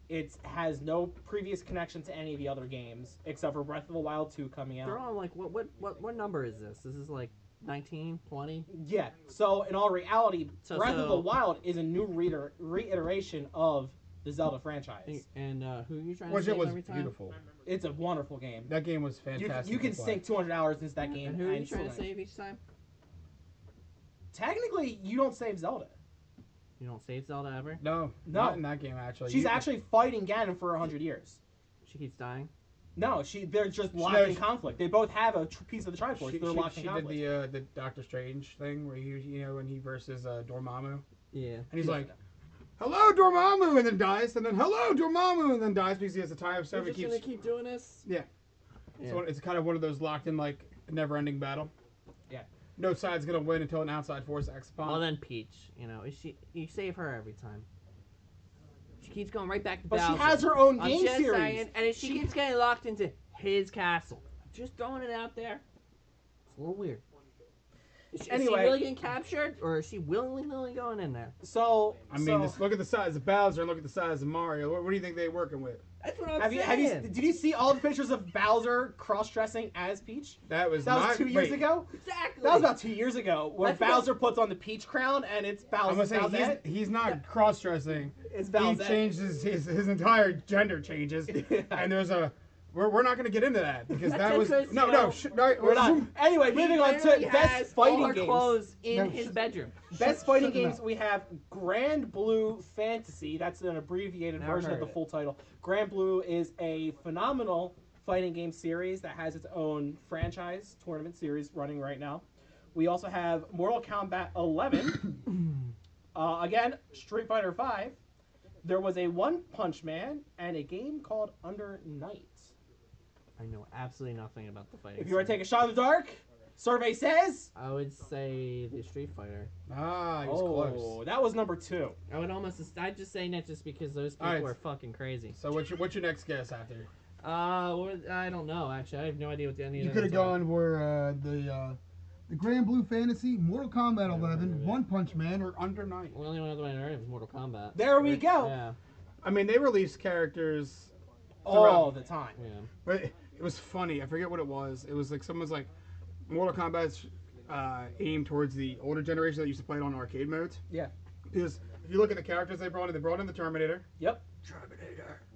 It has no previous connection to any of the other games except for Breath of the Wild 2 coming out. They're all like, what, what, what, what number is this? This is like 19, 20. Yeah. So in all reality, So- Breath of the so- Wild is a new reader reiteration of the Zelda franchise. And uh, who are you trying Which to it save was every time? beautiful. It's a wonderful game. That game was You, fantastic. you can to play. sink 200 hours into that game. And who are you still trying to like- save each time? Technically, you don't save Zelda. You don't save Zelda ever. No, No. not in that game actually. She's You- actually fighting Ganon for hundred years. She keeps dying. No, she they're just She- locked no, in she- conflict. They both have a tr- piece of the She, Triforce. she, they're locked in she did conflict. the uh, the Doctor Strange thing where he you know when he versus uh, Dormammu Yeah. and he's like, Hello, Dormammu, and then dies, and then hello, Dormammu, and then dies because he has a time We're stone. It just keeps. gonna keep doing this. so it's kind of one of those locked in like never ending battle. Yeah. No side's gonna win until an outside force acts upon. Well then Peach, you know, is she? You save her every time. She keeps going right back to but Bowser. she has her own I'm game just series. saying, and if she, keeps getting locked into his castle. Just throwing it out there. It's a little weird. Is she, is Anyway. she really getting captured, or is she willy-nilly going in there? So I mean, so- this, look at the size of Bowser and look at the size of Mario. What, what do you think they're working with? That's what I'm have you saying. have you did you see all the pictures of Bowser cross dressing as Peach? That was That was not- two years wait. ago. exactly. That was about two years ago when That's what- Bowser puts on the Peach crown and it's I'm Bowser. gonna say Bowser- he's, he's not cross dressing. it's He Bowser. changes his, his entire (laughs) gender changes, and there's a. We're, we're not gonna get into that because That's that just was because, no you no know, sh- no, We're (laughs) not. zoom. Anyway, He moving on literally to best has all fighting her games. clothes in No, his shut- bedroom. Best Shut- fighting shut them games, we have Grand Blue Fantasy. That's an abbreviated Never version of heard the it. full title. Grand Blue is a phenomenal fighting game series that has its own franchise tournament series running right now. We also have Mortal Kombat 11. uh, again, Street Fighter 5. There was a One Punch Man and a game called Under Night. I know absolutely nothing about the fighting. If you want to take a shot in the dark, survey says. I would say the Street Fighter. Ah, he was close. Oh, that was number two. I would almost. I'd just say that just because those people All right. are fucking crazy. So what's your what's your next guess after? Uh, what- I don't know. Actually, I have no idea what the end. You could have gone where uh, the uh, the Grand Blue Fantasy, Mortal Kombat 11, One Punch Man, or Under Night. Oh, Well, the only other one I heard of was Mortal Kombat. There we go. Yeah, I mean, they released characters. All the time. yeah. But it was funny. I forget what it was. It was like someone's like, Mortal Kombat's uh, aimed towards the older generation that used to play it on arcade modes. Yeah. Because if you look at the characters they brought in, they brought in the Terminator. Yep.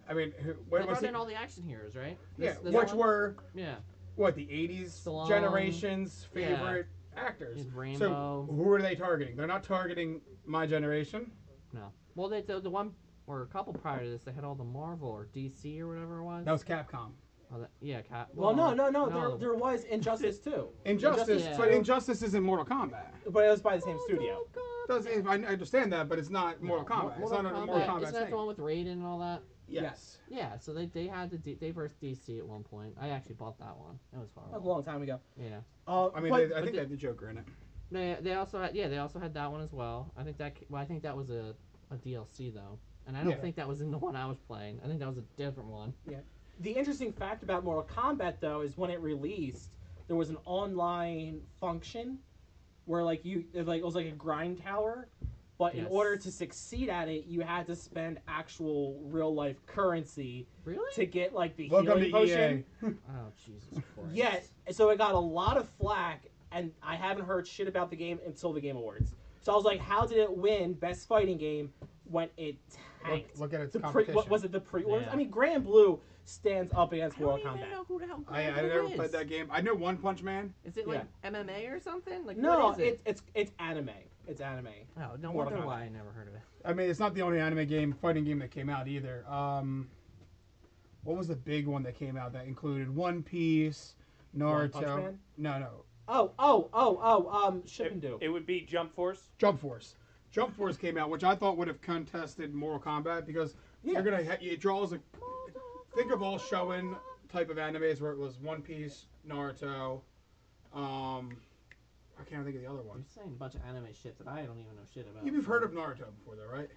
I mean, who, They what was brought it? in all the action heroes, right? yeah, This- this which one? were yeah, what the '80s Stallone. generation's Yeah. favorite actors. Did Rambo. So who are they targeting? They're not targeting my generation. no. Well, they, the the one or a couple prior to this, they had all the Marvel or DC or whatever it was. That was Capcom. Oh, that- yeah, Cap. Well, no, no, no. the- There, there was Injustice too, Injustice, Injustice but two. Injustice is in Mortal Kombat. but it was by the same studio. Does I I understand that, but it's not Mortal Kombat. it's not under Mortal Kombat- Kombat. Isn't that the one with Raiden and all that? Yes. Yeah, so they, they had the D, they versed DC at one point. I actually bought that one. It was That was horrible. a long time ago. Yeah. Uh, I mean, but- they, I think the- they had the Joker in it. They, they also had yeah they also had that one as well. I think that ca- well I think that was a, a DLC though, and I don't Yeah. think that was in the one I was playing. I think that was a different one. the interesting fact about Mortal Kombat though is when it released, there was an online function where like you it, like it was like a grind tower, But in Yes. order to succeed at it, you had to spend actual real life currency Really? to get like the Welcome healing to E potion. EA. Oh Jesus Christ. Yet, so it got a lot of flack, and I haven't heard shit about the game until the Game Awards. So I was like, how did it win Best Fighting Game when it Look, tanked? look at its the pre, competition. what was it? The pre-orders. Yeah. I mean, Grand Blue stands up against I don't Mortal even Kombat. know who the hell I, I Goku never is. played that game. I know One Punch Man. Is it like MMA or something? Like No, what is it? it's it's it's anime. It's anime. Oh, no Mortal wonder Kombat. why I never heard of it. I mean, it's not the only anime game, fighting game that came out either. Um, what was the big one that came out that included One Piece, One Naruto? Punch Man? No, no, Oh, oh, oh, oh. Um, It, Shippuden. it would be Jump Force. Jump Force. Jump Force came out, which I thought would have contested Mortal Kombat because Yeah. you're gonna ha- it draws a think of all shonen type of animes where it was One Piece, Naruto, um, I can't think of the other You're one. saying a bunch of anime shit that I don't even know shit about. You've heard of Naruto before, though, right?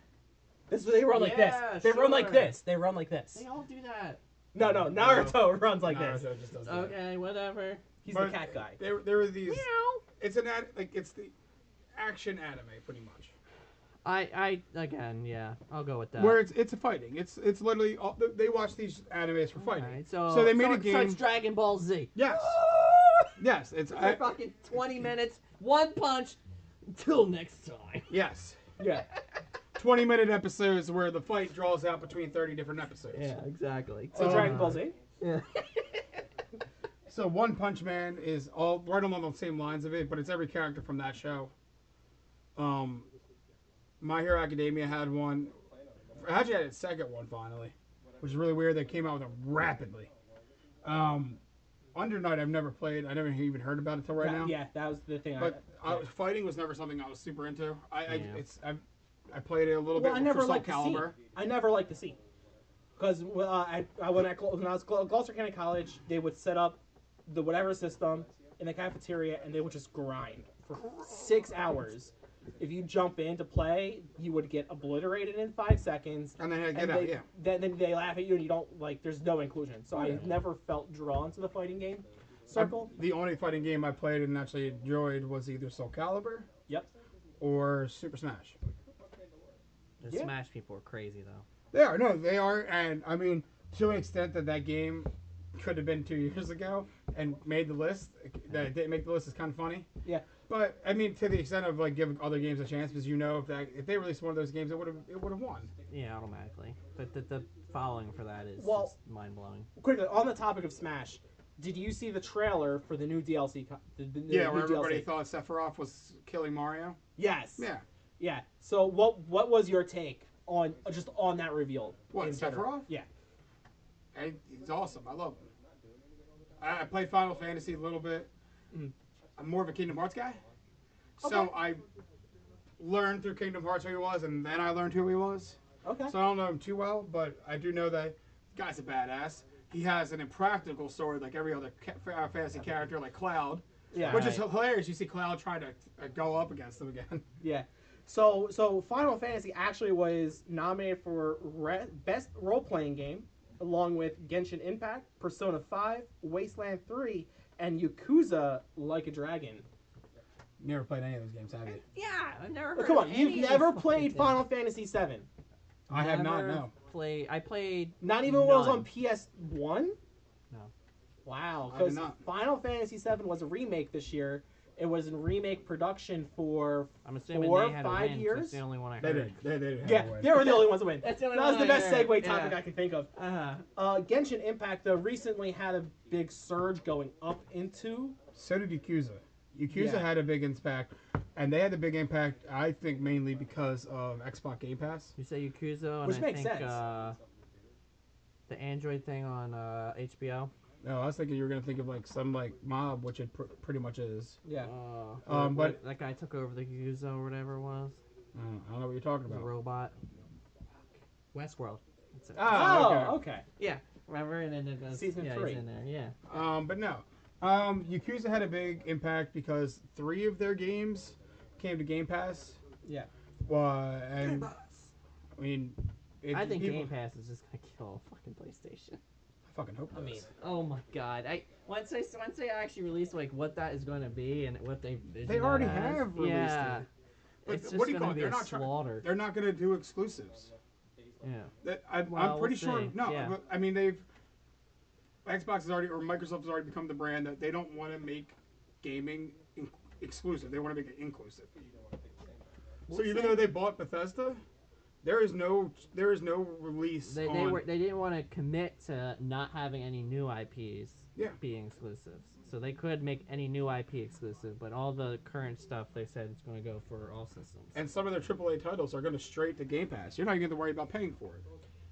This they run like Yeah, this. They run like sure. this. They run like this. They all do that. No, no. Naruto runs like Naruto this. just does that. Okay, whatever. He's But the cat guy. There, there were these. Meow. It's an ad, like it's the action anime, pretty much. I, I, again, yeah, I'll go with that. Where it's it's a fighting. It's it's literally all, they- they watch these animes for fighting. Alright, so, So they made a it- So it's game- Dragon Ball Z. Yes. yes. It's For (laughs) I, fucking 20 minutes, one punch, till next time. yes. (laughs) Yeah. 20 minute episodes where the fight draws out between 30 different episodes. exactly. So Oh, Dragon Ball Z. (laughs) So One Punch Man is all right along the same lines of it, but it's every character from that show. Um, My Hero Academia had one. Actually, had its second one finally, which is really weird. They came out with it rapidly. Um, Under Night, I've never played. I never even heard about it till right That- now. Yeah, that was the thing. But I, I, fighting was never something I was super into. I, I Yeah. it's I, I played it a little well, bit. I never for Soul liked the scene. Calibur. I never liked the scene. Because uh, I, I, when, I, clo- when I was cl- Gloucester County College, they would set up the whatever system in the cafeteria and they would just grind for six hours. If you jump in to play, you would get obliterated in five seconds. And then I get and out. they, yeah. then, then they laugh at you and you don't like there's no inclusion so i never felt drawn to the fighting game circle The only fighting game I played and actually enjoyed was either Soul Calibur yep or Super Smash. The Yeah. Smash people are crazy, though. They are no, they are, and I mean to an extent that that game could have been two (laughs) years ago and made the list. That it didn't make the list is kind of funny. Yeah. But I mean, to the extent of like giving other games a chance, because you know if that if they released one of those games, it would have it would have won. Yeah, automatically. But the, the following for that is Well- mind blowing. quickly on the topic of smash did you see the trailer for the new dlc co- the, the, the Yeah, new where everybody DLC? thought Sephiroth was killing Mario. yes Yeah. yeah so what what was your take on just on that reveal What, in general? Sephiroth? yeah I, he's awesome. I love him. I, I play Final Fantasy a little bit. I'm more of a Kingdom Hearts guy. So Okay. I learned through Kingdom Hearts who he was, and then I learned who he was. okay So I don't know him too well, but I do know that the guy's a badass. He has an impractical sword like every other ca- Final fantasy character, like Cloud, yeah which is hilarious. You see Cloud try to uh, go up against him again. (laughs) yeah so so final fantasy actually was nominated for re- best role-playing game along with genshin impact persona 5 wasteland 3 and yakuza like a dragon Never played any of those games, have you? Yeah, I've never Oh, heard come of on you've any of never these played fucking final things. fantasy 7 I have not. Never No. Play, I played. Not even when it was None. on PS1? No. Wow. I did Because not. Final Fantasy VII was a remake this year. It was in remake production for. I'm assuming Four, they had five a win, 'cause years? That's the only one I They heard. did. They, they did. Yeah, they were the only ones to win. That's the that only was the one I best heard, segue yeah. topic I could think of. Uh-huh. Uh, Genshin Impact, though, recently had a big surge going up into. So did Yakuza. Yakuza Yeah. had a big impact, and they had the big impact, I think, mainly because of Xbox Game Pass. You say Yakuzo, and Which I makes think sense. Uh, the Android thing on uh, HBO. No, I was thinking you were gonna think of like some like mob, which it pr- pretty much is. Yeah. Uh, Oh. Um, where- but- where that guy took over the Yakuzo or whatever it was. I don't- Uh, I don't know what you're talking The about. robot. Westworld. That's it. Ah. Ah, okay. Oh, okay. yeah, remember? And then it goes, Season yeah, he's three. in there. Yeah. Um, but no, um, Yakuza had a big impact because three of their games came to Game Pass. Yeah. Well, and I mean, it, I think people- Game Pass is just gonna kill fucking PlayStation. I fucking hope. I mean, Oh my god! I once I once they actually release like what that is gonna be and what they they already have released yeah. it. But it's what just do you gonna call it? be They're a not trying- slaughter. They're not going to do exclusives. yeah. That I, Well, I'm pretty we'll sure. see, No, yeah. but, I mean they've Xbox has already or Microsoft has already become the brand that they don't want to make gaming in- exclusive. They want to make it inclusive. so even though they bought Bethesda, there is no there is no release. They, on, they were they didn't want to commit to not having any new IPs Yeah. being exclusives. So they could make any new IP exclusive, but all the current stuff they said it's going to go for all systems. and some of their AAA titles are going to straight to Game Pass. You're not even going to worry about paying for it.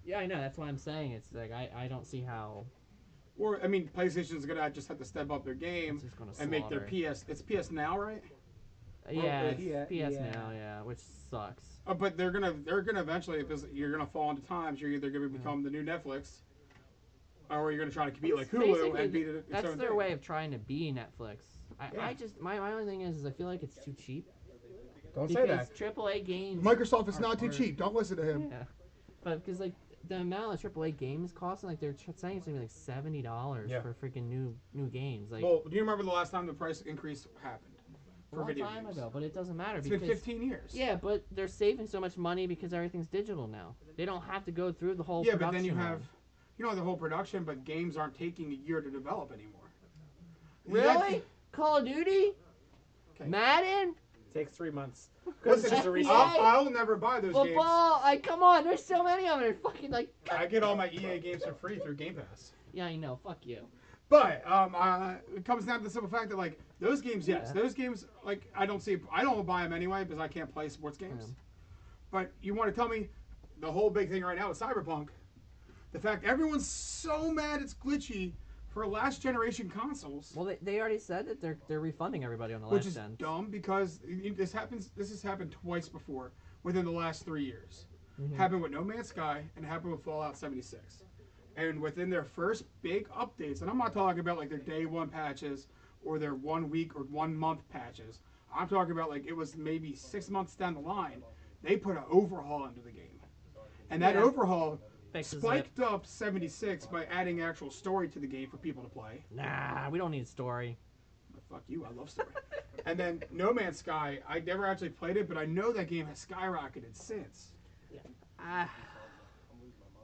yeah, I know. That's why I'm saying it's like I, I don't see how Or I mean, PlayStation's going to just have to step up their game it's just going to and make their PS. It's PS now, right? yeah, uh, it's yeah, PS yeah. now, yeah, which sucks. Uh, but they're gonna they're gonna eventually if it's- you're gonna fall into times you're either gonna become the new Netflix, or you're gonna try to compete like Hulu Basically, and beat it. its That's own their thing. way of trying to be Netflix. I, Yeah. I just my, my only thing is, is I feel like it's too cheap Don't say because that. AAA games Microsoft is are not too hard. cheap. Don't listen to (laughs) him. Yeah, but because like the amount of AAA games costing, like they're ch- saying it's gonna be like seventy dollars Yeah. for freaking new new games. Like Well, do you remember the last time the price increase happened a for long video time games? ago, but it doesn't matter It's been because 15 years. yeah, but they're saving so much money because everything's digital now. They don't have to go through the whole Yeah, but production then you line. have you know the whole production, but games aren't taking a year to develop anymore. You have really Call of Duty, Okay. Madden, takes three months. to- Because it's just a Listen, reset. I'll, I'll never buy those games. football. Like come on, there's so many of them. They're fucking like I get all my EA games for free through Game Pass. yeah, I know. Fuck you. But um, uh, it comes down to the simple fact that like those games, yes, Yeah. those games like I don't see, I don't buy them anyway because I can't play sports games. Yeah. But you want to tell me the whole big thing right now with Cyberpunk, the fact everyone's so mad it's glitchy for last generation consoles, Well, they, they already said that they're they're refunding everybody on the which last is end. dumb because y- this happens. This has happened twice before within the last three years. Mm-hmm. Happened with No Man's Sky and happened with Fallout 76. And within their first big updates, and I'm not talking about like their day one patches or their one week or one month patches. I'm talking about like it was maybe six months down the line. They put an overhaul into the game, and that Yeah. overhaul Fixes it. spiked up 76 by adding actual story to the game for people to play. Nah, we don't need story. Fuck you, I love story. and then No Man's Sky, I never actually played it, but I know that game has skyrocketed since. Ah.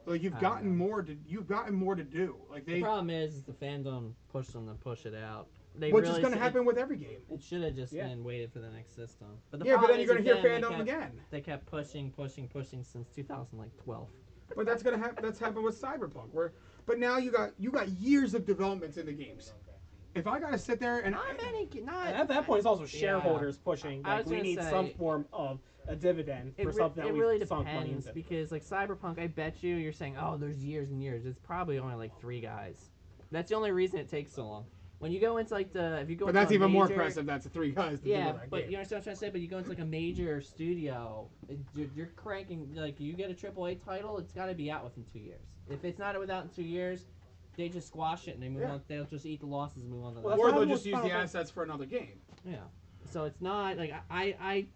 Like you've I gotten more to you've gotten more to do. Like The they problem is the fandom pushed them to push it out. They which really is gonna should- happen with every game. It should have just Yeah. been waited for the next system. But the Yeah, but problem then you're is, gonna hear again, they fandom kept- again. They kept pushing, pushing, pushing since 2000, like 12. But that's gonna happen that's happened with Cyberpunk where but now you got you got years of developments in the games. If I gotta sit there and Not many, g- not. And at that point, it's also shareholders pushing. I Like was we gonna need say- some form of a dividend it, for re- something that it we've really sunk money depends into. because, like Cyberpunk, I bet you you're saying, oh, there's years and years. It's probably only like three guys. That's the only reason it takes so long. When you go into like the, if you go, But into that's a even more major- impressive that's the three guys that Yeah, do that but game. you understand what I'm trying to say. But you go into like a major studio, it- you're, you're cranking like you get a AAA title, it's got to be out within two years. If it's not out in two years, they just squash it and they move Yeah. on. They'll just eat the losses and move on to the Well, next. or That's they'll how just it use was the Final assets for another game. Yeah, so it's not like I, I, I-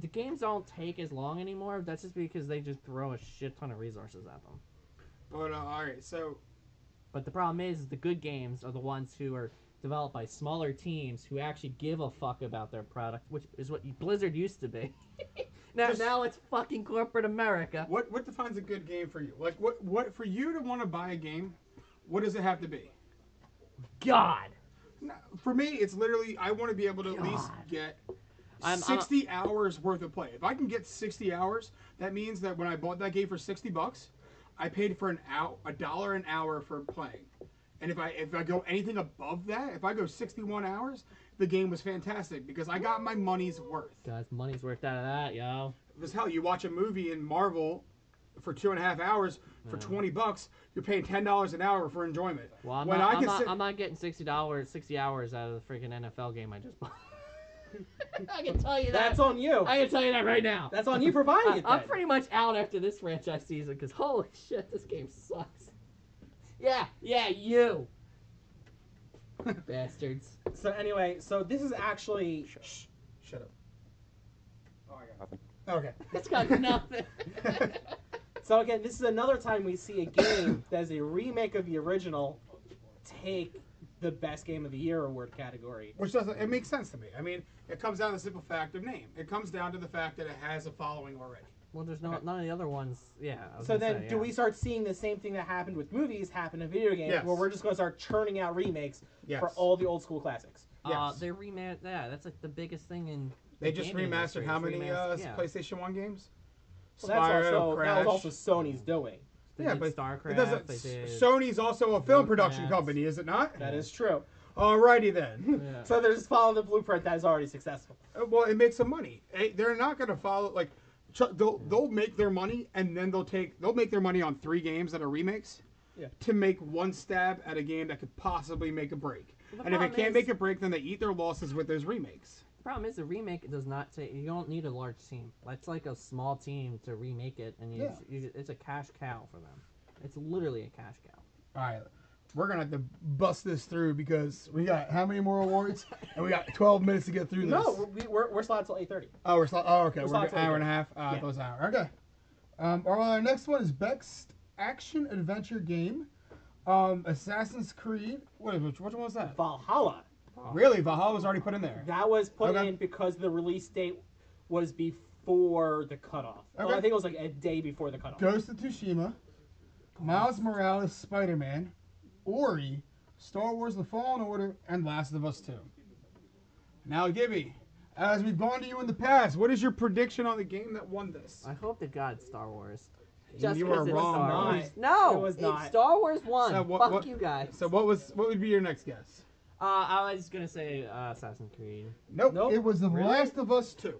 the games don't take as long anymore. That's just because they just throw a shit ton of resources at them. But uh, all right, so But the problem is, is the good games are the ones who are developed by smaller teams who actually give a fuck about their product, which is what Blizzard used to be. (laughs) now, Just- now it's fucking corporate America. What what defines a good game for you? Like what what for you to want to buy a game? What does it have to be? God. No, For me, it's literally I want to be able to at least God. get I'm- I'm- 60 hours worth of play. If I can get 60 hours, that means that when I bought that game for 60 bucks, I paid for an hour, a dollar an hour for playing. And if I if I go anything above that, if I go 61 hours, the game was fantastic because I got my money's worth. Guys, money's worth out of that, yo. Because hell, you watch a movie in Marvel for two and a half hours for twenty bucks. You're paying ten dollars an hour for enjoyment. Well, I'm, when not, I I am can not, sit, I'm not getting sixty dollars, sixty hours out of the freaking NFL game I just bought. (laughs) I can tell you that. That's on you. I can tell you that right now. That's on you for buying I, it. I'm then. pretty much out after this franchise season because holy (laughs) shit, this game sucks. Yeah, yeah, you. Bastards. So anyway, so this is actually Shut up. Nothing. Okay. It's got nothing. so again. (coughs) This is another time we see a game that is a remake of the original take the best game of the year award category. Which doesn't it makes sense to me. I mean, it comes down to the simple fact of name. It comes down to the fact that it has a following already. Well, there's no none of the other ones. Yeah. I was So gonna then, say, do yeah. we start seeing the same thing that happened with movies happen in video games, Yes. where we're just going to start churning out remakes Yes. for all the old school classics? Uh, Yes. they remat. Yeah, that's like the biggest thing in. They the just gaming remastered industry, how is many uh, remaster- yeah. PlayStation One games? Well, that's Spyro, also that was Crash. also Sony's doing. They yeah, did but StarCraft. it doesn't. they did, Sony's also a film production Warcraft. company, is it not? That is true. Alrighty then. (laughs) yeah. So they're just following the blueprint that is already successful. Uh, Well, it makes them money. Eh, They're not going to follow like ch- they'll they'll make their money and then they'll take they'll make their money on three games that are remakes. Yeah. To make one stab at a game that could possibly make a break, Well, the and if it problem can't is- make a break, then they eat their losses with those remakes. The problem is the remake does not take. You don't need a large team. That's like a small team to remake it, and you, Yeah. you ju- it's a cash cow for them. It's literally a cash cow. All right, we're gonna have to bust this through because we got how many more (laughs) awards? and we got 12 minutes to get through this. No, we, we're we're slotted till eight thirty. Oh, we're sli- oh okay. We're We're, slotted an hour to and a half. Uh, I Yeah. thought it was an hour. Okay. Um, our, our next one is best action adventure game. Um, Assassin's Creed. What is which, which one was that? Valhalla. Really, Valhalla was already put in there. That was put Okay. in because the release date was before the cutoff. Well, I Okay. think it was like a day before the cutoff. Ghost of Tsushima, Miles Morales, Spider Man, Ori, Star Wars: The Fallen Order, and Last of Us Two. Now, Gibby, As we've gone to you in the pass. What is your prediction on the game that won this? I hope to God Star Wars. Just You 'cause are it's wrong. Star Not. Wars. No, It was it's not. Star Wars one. So what- Fuck what- you guys. So, what was what would be your next guess? uh, I was gonna say uh, Assassin's Creed. Nope. Nope. It was The Last of Us Two.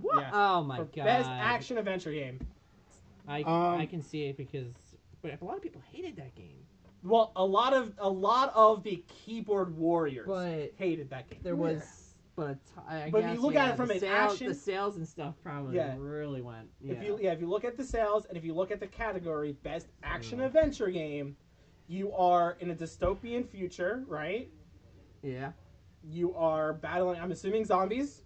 What? Yeah. Oh my For god. best action adventure game. I Um, I can see it because, but a lot of people hated that game. Well, a lot of a lot of the keyboard warriors But- hated that game. There was, but a t- I I But if guess, you look yeah, at it from the an sales, action- the sales and stuff probably Yeah. really went. Yeah. If you yeah, if you look at the sales and if you look at the category best action Mm. adventure game, you are in a dystopian future, right? yeah. You are battling. I'm assuming zombies.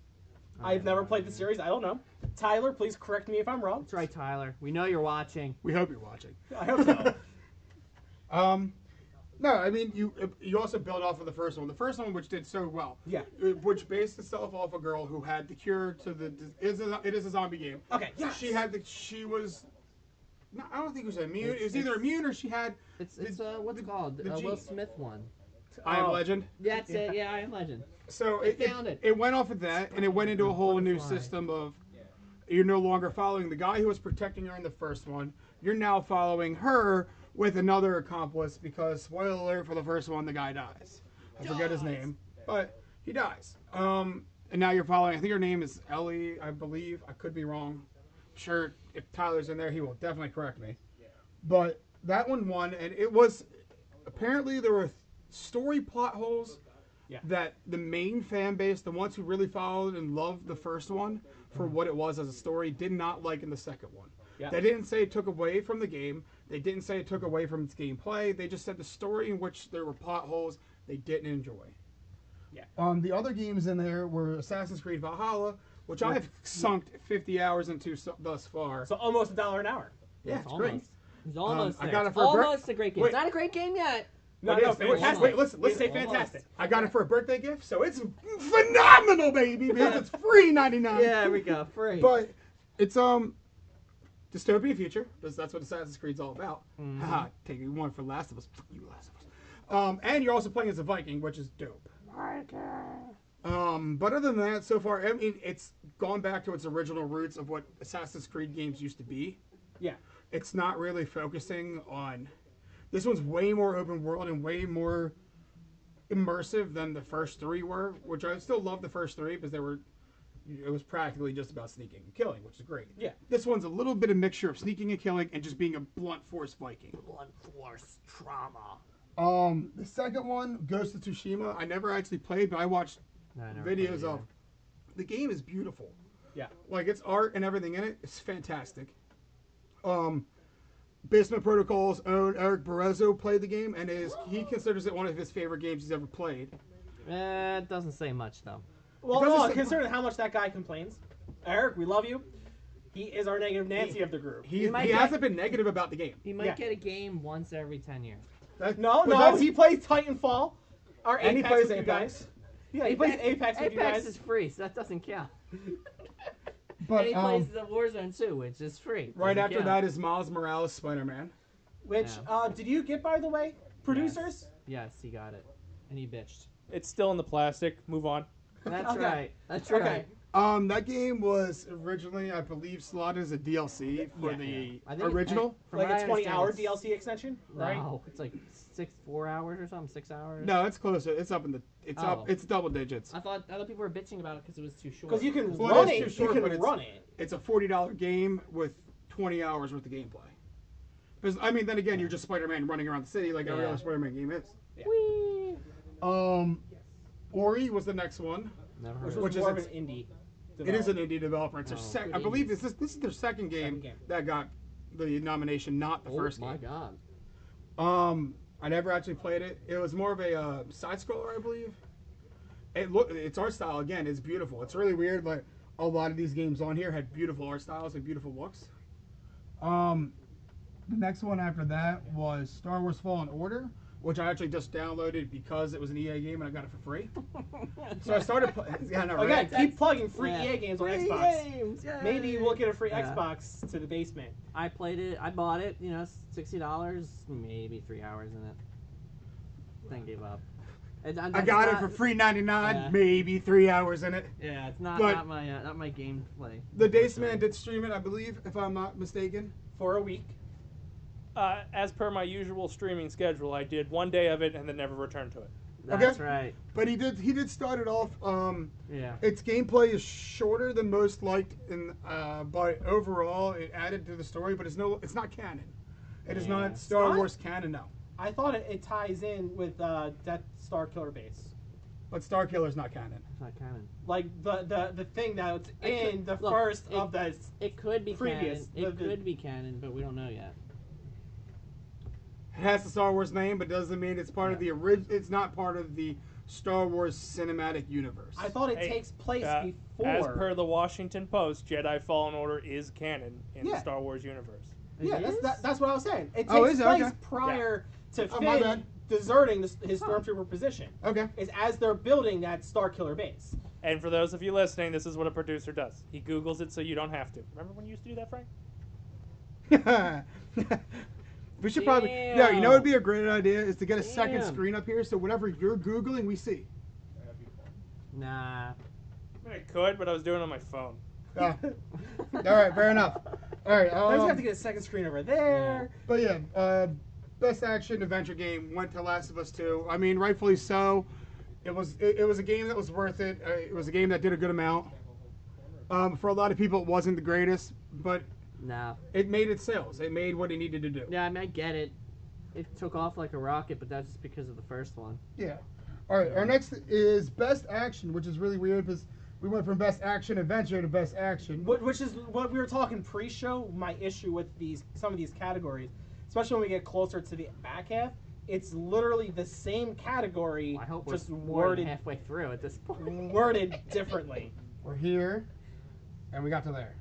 I've never played the series. I don't know. Tyler, please correct me if I'm wrong. That's right, Tyler. We know you're watching. We hope you're watching. (laughs) I hope so. Um, no, I mean you uh, you also build off of the first one. The first one, which did so well, Yeah. uh, which based itself off a girl who had the cure to the. dis- It is a, it is a zombie game. Okay, yes. She had the. She was. No, I don't think it was immune. It's- it was either it's- immune or she had. It's The- it's uh, what's it called the uh, Will G- Smith one. I am Oh. Legend. That's it. Yeah, I am Legend. So I it, found it, it. it went off of that, and it went into a whole new Butterfly. system of you're no longer following the guy who was protecting her in the first one. You're now following her with another accomplice because spoiler alert for the first one, the guy dies. I forget his name, but he dies. Um, and now you're following. I think her name is Ellie, I believe. I could be wrong. Sure, if Tyler's in there, he will definitely correct me. But that one won, and it was apparently there were story plot holes that the main fan base, the ones who really followed and loved the first one for what it was as a story, did not like in the second one. Mm-hmm. Yeah. They didn't say it took away from the game. They didn't say it took away from its gameplay. They just said the story in which there were plot holes they didn't enjoy. Um, the other games in there were Assassin's Creed Valhalla, which I have sunk 50 hours into so- thus far. Mm-hmm. So almost a dollar an hour. yeah, it's, It's Um, great. almost. It's almost. I there. got it It's for a break- almost a great game. Wait. It's not a great game yet. No, It no, is, it is. fantastic. Wait, listen, They say listen. fantastic. I got it for a birthday gift, so it's phenomenal, baby, because it's free 99. Yeah, we go free. But it's um dystopian future because that's what Assassin's Creed's all about. Haha, taking one for Last of Us. Fuck you, Last of Us. Um, and you're also playing as a Viking, which is dope. Um, but other than that, so far, I mean, it's gone back to its original roots of what Assassin's Creed games used to be. Yeah. It's not really focusing on. This one's way more open world and way more immersive than the first three were, which I still love the first three because they were. It was practically just about sneaking and killing, which is great. Yeah. This one's a little bit of mixture of sneaking and killing and just being a blunt force Viking. Blunt force trauma. um the second one. Ghost of Tsushima, I never actually played, but I watched No, I never videos played it of. either. The game is beautiful. Yeah. Like its art and everything in it is fantastic. Um, Basement Protocol's own Eric Barrezo played the game, and is he considers it one of his favorite games he's ever played. Eh, it doesn't say much though. Well, Because no, it's- considering how much that guy complains, Eric, we love you. He is our negative Nancy of the group. He, He he might get- hasn't been negative about the game. He might Yeah. get a game once every ten years. That- no, but no, that's- he plays Titanfall. Or And he Apex plays with you Apex. guys. Yeah, he plays Apex with you Apex guys. is free, so that doesn't count. and But he um, plays the Warzone too, which is free. Right Doesn't after count. that is Miles Morales Spider Man. Which Yeah. uh, did you get by the way, producers? Yes, he got it, and (laughs) he bitched. It's still in the plastic. Move on. That's Okay. right. That's Okay. right. Um, that game was originally, I believe, slotted as a DLC for Yeah. the I think it- original. From what like I a 20 hour understand, it's- DLC extension, right? No, it's like six, four hours or something, six hours. No, it's closer. It's up in the. It's Oh. up. It's double digits. I thought other people were bitching about it because it was too short. Because you can Well, run that's it. too short, you but can it's- run it. It's a forty dollar game with twenty hours worth of gameplay. Because I mean, then again, you're just Spider Man running around the city like every Yeah. other Spider Man game is. Whee! Um, Ori was the next one. Never heard Which was of it. Which is more it's- of an indie. It is an development. indie developer. It's their Oh. sec- Good I believe indies. this is this is their second game, Second game. that got the nomination, not the Oh first my game. (laughs) god. Um, I never actually played it. It was more of a uh, side scroller, I believe. It look its art style again is beautiful. It's really weird, but a lot of these games on here had beautiful art styles and beautiful looks. um, the next one after that was Star Wars Fallen Order. which I actually just downloaded because it was an EA game and I got it for free. so I started. Pl- (laughs) yeah, I know, Again, right? keep plugging free Yeah. EA games on Free E E Xbox. games, yay! Maybe we'll get a free Yeah. Xbox to the basement. I played it. I bought it. You know, sixty dollars, maybe three hours in it. Then gave up. And, and I that's got it not- for free ninety nine, Yeah. maybe three hours in it. Yeah, it's not but- not my uh, not my gameplay. The Dace Man did stream it, I believe, if I'm not mistaken. For a week. Uh, as per my usual streaming schedule, I did one day of it and then never returned to it. That's right. But he did he did start it off. Um, Yeah. its gameplay is shorter than most liked, and uh, but overall it added to the story. But it's no, it's not canon. It is Yeah. not Star Not? Wars canon. No, I thought it, it ties in with uh, Death Star Killer Base. but Star Killer's not canon. It's not canon. Like the the, the thing that's I could- in the look, first it- of the It could be Previous, canon. It the- the- could be canon, but we don't know yet. It has the Star Wars name, but doesn't mean it's part of the orig- It's not part of the Star Wars cinematic universe. I thought it Hey, takes place uh, before. As per the Washington Post, Jedi Fallen Order is canon in the Yeah. Star Wars universe. It yeah, that's, is? that, that's what I was saying. It takes Oh, is it? place Okay. prior to Oh, my Finn bad. deserting the, his stormtrooper position. okay. (laughs) Is as they're building that Star Killer Base. And for those of you listening, this is what a producer does. He Googles it so you don't have to. Remember when you used to do that, Frank? we should probably. Yeah, you know what would be a great idea is to get a second Damn. screen up here so whatever you're Googling, we see. Nah. I, mean, I could, but I was doing it on my phone. Oh. All right, (laughs) fair enough. All (laughs) right, I was gonna have um, to get a second screen over there. but yeah, uh, Best action adventure game went to Last of Us 2. I mean, rightfully so. It was it, it was a game that was worth it. Uh, it was a game that did a good amount. Um, for a lot of people, it wasn't the greatest, but Nah. it made its sales. It made what it needed to do. Yeah, I mean, I get it. It took off like a rocket, but that's just because of the first one. yeah. All right, our next is best action, which is really weird because we went from best action adventure to best action. Wh- Which is what we were talking pre-show. My issue with these some of these categories, especially when we get closer to the back half, it's literally the same category, I hope we're just more than worded halfway through at this (laughs) point. worded differently. We're here, and we got to there.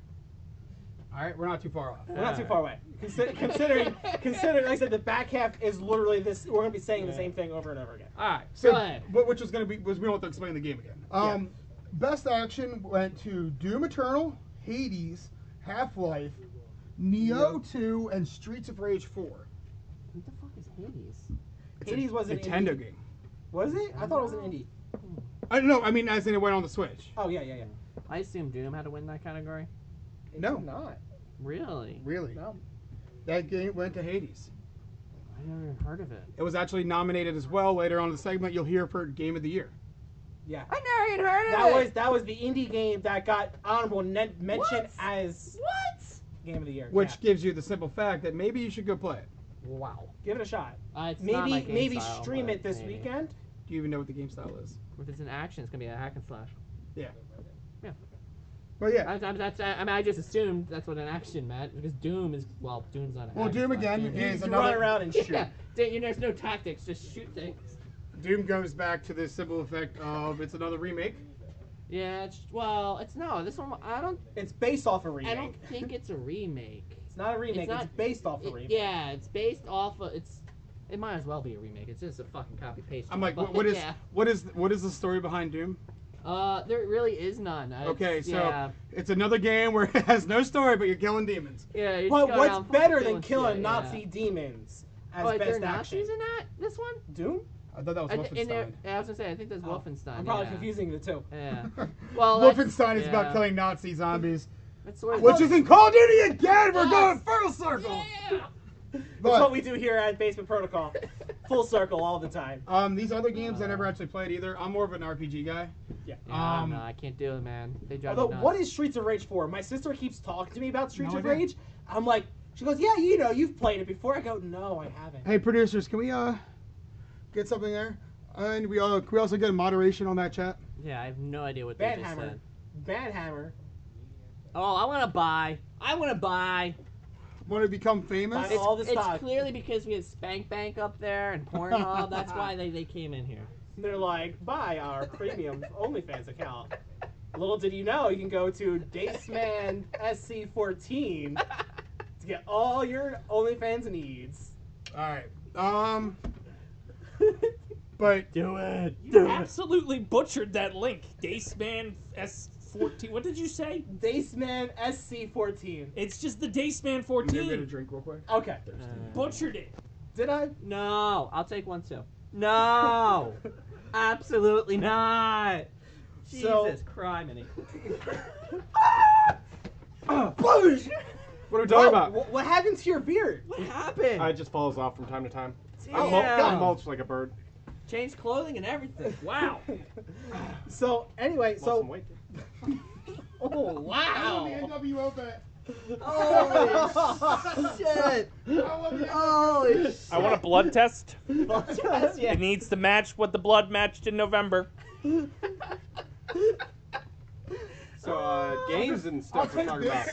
All right, we're not too far off. We're not too far away. (laughs) Consider, considering, considering, like I said, the back half is literally this. We're gonna be saying the same thing over and over again. All right. So, go ahead. but which was going to be was we don't have to explain the game again. Um, Best action went to Doom Eternal, Hades, Half Life, Neo 2, and Streets of Rage 4. What the fuck is Hades? a Hades was an Nintendo indie. game. Was it? I thought it was an indie. I don't know. I mean, as in it went on the Switch. Oh yeah, yeah, yeah. I assume Doom had to win that category. It's No. not. Really? Really? No. That game went to Hades. I never even heard of it. It was actually nominated as well. Later on in the segment, you'll hear for Game of the Year. Yeah. I never even heard That was that was the indie game that got honorable ne- mention What? as What? game of the year. Which Yeah. gives you the simple fact that maybe you should go play it. Wow. give it a shot. Uh, it's not my Maybe game maybe style, stream but it this maybe. weekend. Do you even know what the game style is? If it's an action, it's gonna be a hack and slash. But yeah, I, I, that's, I, I mean, I just assumed that's what an action meant because Doom is well, Doom's not. A Well, hack and Doom slash, again Doom- You, is you another- run around (laughs) and shoot. Yeah, Dude, you, there's no tactics, just shoot things. Doom goes back to the simple effect of it's another remake. Yeah, it's, well, it's no. This one, I don't, It's based off a I remake. don't think it's a remake. It's not a remake. It's, not- based off a It- remake. yeah, it's based off of it's It might as well be a remake. It's just a fucking copy paste. I'm like, job, what, but what is yeah. what is what is the story behind Doom? Uh, there really is none. I- Okay, so yeah, it's another (laughs) game where it has no story, but you're killing demons. yeah. you're just But going what's around fucking better than doing killing shit, Nazi Yeah. demons as But they're best action? Nazis in that this one. Doom? I thought that was I, th- in there- Wolfenstein. I was gonna say I think that's Oh, Wolfenstein. I'm probably yeah. confusing the two. (laughs) Yeah. Well, that's- Wolfenstein is yeah. about killing Nazi zombies, That's sort of which is in Call of Duty again. We're Yes. going full circle. (laughs) Yeah. That's what But we do here at Basement Protocol. Full circle all the time. Um, these other games I never actually played either. I'm more of an RPG guy. Yeah, Um, no, I can't do it, man. They drive Although, me nuts. what is Streets of Rage for? My sister keeps talking to me about Streets No of idea. Rage. I'm like, she goes, yeah, you know, you've played it before. I go, no, I haven't. Hey producers, can we uh get something there? And we uh, can we also get moderation on that chat? Yeah, I have no idea what they just Banhammer. said. Banhammer. Oh, I want to buy. I want to buy. Want to become famous? Buy all the it's stock. clearly because we had Spank Bank up there and Pornhub. that's why they, they came in (laughs) here. And they're like, buy our (laughs) premium OnlyFans account. Little did you know, you can go to Daceman SC14 Uh, to get all your OnlyFans needs. (laughs) All right. Um, but Do it. You absolutely butchered that link. Daceman S14. What did you say? Daceman SC14. It's just the Daceman I'm gonna get a 14. drink real quick. Okay. Butchered it. Did I? No, I'll take one too. (laughs) No, absolutely not. Jesus So- criminy. What are we What, talking about? Oh. what- what happened to your beard? (laughs) What happened? Uh, it just falls off from time to time. I mul- I Damn. mulch like a bird. Changed clothing and everything. (laughs) Wow. So anyway, Lost some so weight. oh wow. NWO bet. (laughs) Holy shit. I Uh, want the- Holy shit. I want a blood test. Yes, yeah. It needs to match what the blood matched in November. So uh, games and stuff we're talking about.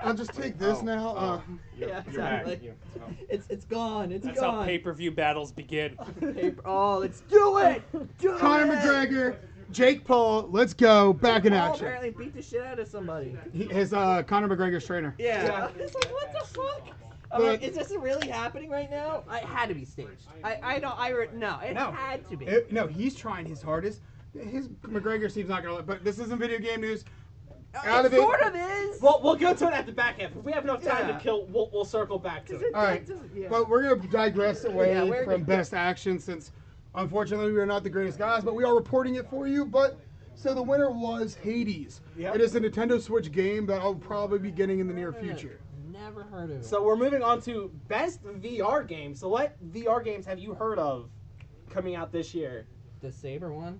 I'll just take this Oh, now. oh. Uh, You're, Yeah, you're back. exactly. You- oh. It's it's gone. It's That's how gone. pay per view battles begin. Paper- Oh, let's do (laughs) it. Do Conor it. McGregor, Jake Paul. Let's go back in Paul action. apparently beat the shit out of somebody. He, his uh, Conor McGregor's trainer. (laughs) Yeah. It's like, what the fuck? I'm But- like, is this really happening right now? I had to be staged. I, I don't, I, re- no, it No. had to be. It- no, he's trying his hardest. His McGregor seems not gonna. let- But this isn't video game news. out it of it- sort of is. Well, we'll go to it at the back half. If we have enough time Yeah. to kill, we'll, we'll circle back to Does it. it- All right, does it- yeah. but we're gonna digress away Yeah, we're from good. best action since, unfortunately, we are not the greatest guys, but we are reporting it for you. But so the winner was Hades. Yep. It is a Nintendo Switch game that I'll probably be getting in the near future. Never heard of it. So we're moving on to best VR games. So what VR games have you heard of coming out this year? the Saber one?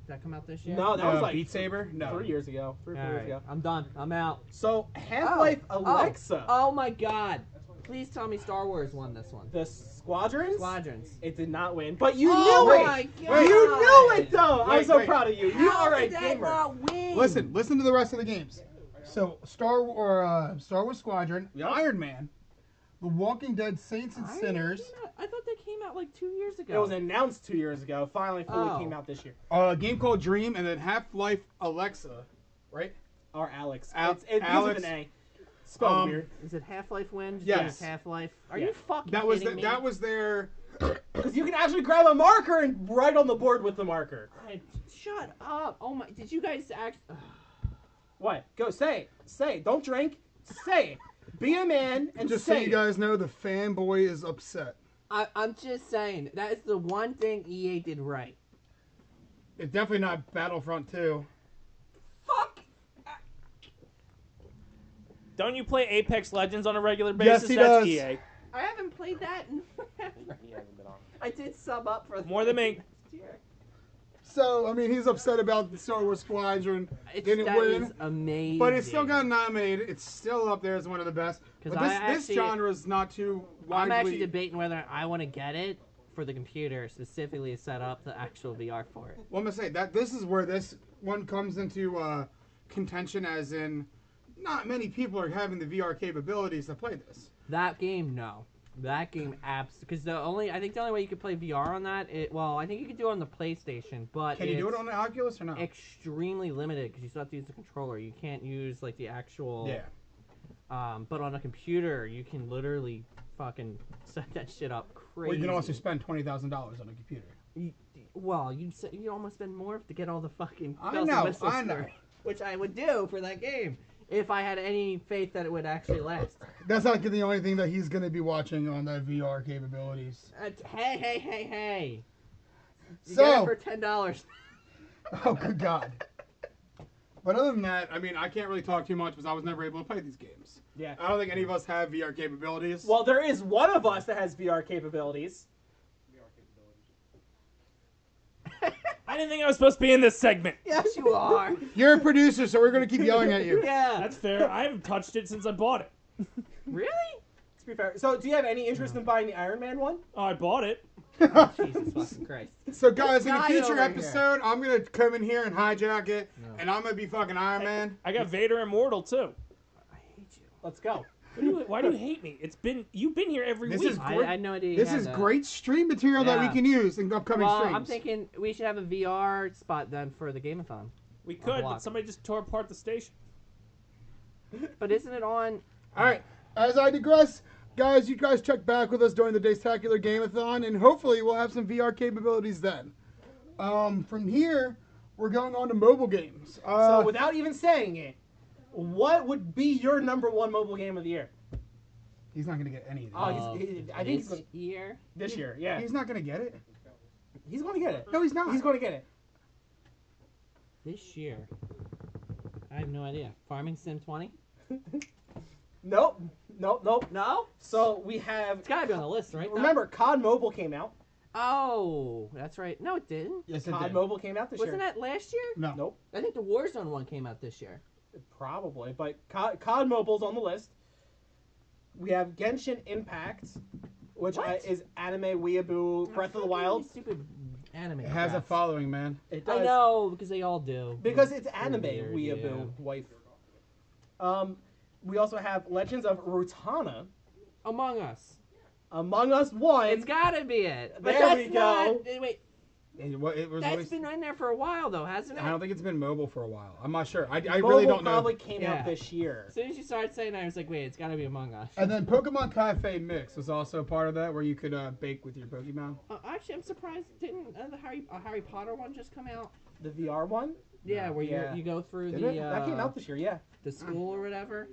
Did that come out this year? No, that Uh, was like Beat Saber? No. three years ago. Three or four All years right, ago. I'm done. I'm out. So Half Life Oh, oh, Alexa, Oh, my god. Please tell me Star Wars won this one. the Squadrons. Squadrons. It did not win, but you oh knew it. my god. You knew it though. I'm Wait, so wait. proud of you. You How are a did that gamer. not win? Listen, listen to the rest of the games. So Star or uh, Star Wars Squadron, Iron Man, The Walking Dead, Saints and Iron Man Sinners, came out- I thought they came out like two years ago. It was announced two years ago. Finally, fully Oh. came out this year. A game called Dream, and then Half Life Alexa, right? Or Alex. Al- it's, it begins Alex. with an A. Spelled Um, weird. Is it Half Life win? Yes. Half Life. Are Yeah. you fucking That was the, kidding me? that was their. Because you can actually grab a marker and write on the board with the marker. I- Shut up! Oh my! Did you guys act? Ugh. What? Go say it. Say it. Don't drink. Say it. Be a man and Just so say you it. guys know, the fanboy is upset. I, I'm just saying that is the one thing EA did right. It's definitely not Battlefront 2. Fuck! Don't you play Apex Legends on a regular Yes, basis? he That's E does. EA. I haven't played that in (laughs) forever. He E hasn't been on. I did sub up for More than me. last year. So I mean, he's upset about the Star Wars Squadron It's, didn't that win, is amazing. but it's still got nominated. It's still up there as one of the best. 'Cause But I this, this actually- genre is not too I'm actually widely. debating whether I want to get it for the computer specifically to set up the actual VR for it. Well, I'm gonna say that this is where this one comes into uh, contention, as in, not many people are having the VR capabilities to play this. That game, no. That game, abs. Because the only I think the only way you could play VR on that, it, well, I think you could do it on the PlayStation, but Can you do it it's on the Oculus or not? extremely limited because you still have to use the controller. You can't use like the actual. Yeah. Um, but on a computer, you can literally fucking (laughs) set that shit up crazy. Well, you can also spend twenty thousand dollars on a computer. You- well, you s- you almost spend more to get all the fucking I bells and know, whistles I know. for (laughs) it, which I would do for that game if I had any faith that it would actually last. That's not the only thing that he's going to be watching on that VR capabilities. Uh, t- hey, hey, hey, hey! You get So- (laughs) it for ten dollars. Oh, good God. But other than that, I mean, I can't really talk too much because I was never able to play these games. Yeah. Uh, I don't think any of us have VR capabilities. Well, there is one of us that has VR capabilities. I didn't think I was supposed to be in this segment. yes, you (laughs) are. You're a producer, so we're going to keep yelling at (laughs) you. Yeah. That's fair. I haven't touched it since I bought it. really? To be fair, so do you have any interest in buying the Iron Man one? Oh, I bought it. Jesus (laughs) fucking Christ! so guys, in a Guy future over here. episode, I'm gonna come in here and hijack it, and I'm gonna be fucking Iron Man. I got Vader Immortal too. I hate you. Let's go. What do you, why do you hate me? It's been you've been here every This week. is I, great. I had no idea. you This had is that. great stream material that Yeah. we can use in upcoming Well, streams. I'm thinking we should have a VR spot then for the gameathon. we could, block. but somebody just tore apart the station. But isn't it on? All right. As I digress, guys, you guys check back with us during the Days Tacular Gameathon, and hopefully we'll have some VR capabilities then. Um, from here, we're going on to mobile games. Uh, so without even saying it, what would be your number one mobile game of the year? he's not going to get any of Oh, these. he's, he, I think he's gonna, Uh, year. this year. Yeah, He's not going to get it. he's going to get it. No, he's not. He's going to get it. This year. I have no idea. Farming Sim 20? Nope, nope, nope. No? So we have. It's gotta be on the list, right? Remember, COD Mobile came out. Oh, that's right. No, it didn't. yes, it COD did. Mobile came out this Wasn't year. that last year? No. Nope, I think the Warzone one came out this year. probably. But COD, COD Mobile's on the list. We have Genshin Impact, which I, What? is anime weeaboo Breath of the Fucking Wild. Stupid anime. It has a crap. following, man. It I know, because they all do. Because it's anime weird, weeaboo yeah. wife. Um, we also have Legends of Rutana, Among Us. Among Us One. It's gotta be it. But There that's we go. Not, wait, It, wa- it was that's released- been in there for a while, though, hasn't it? I don't think it's been mobile for a while. I'm not sure. I, I Mobile really don't know. probably came Yeah. out this year. As soon as you started saying that, I was like, wait, it's gotta be Among Us. And then Pokemon Cafe Mix was also part of that, where you could uh, bake with your Pokemon. Uh, actually, I'm surprised. Didn't uh, the Harry, uh, Harry Potter one just come out? The VR one? Yeah, where Yeah. You, you go through Did the it? uh, that came out this year, yeah. the school or whatever.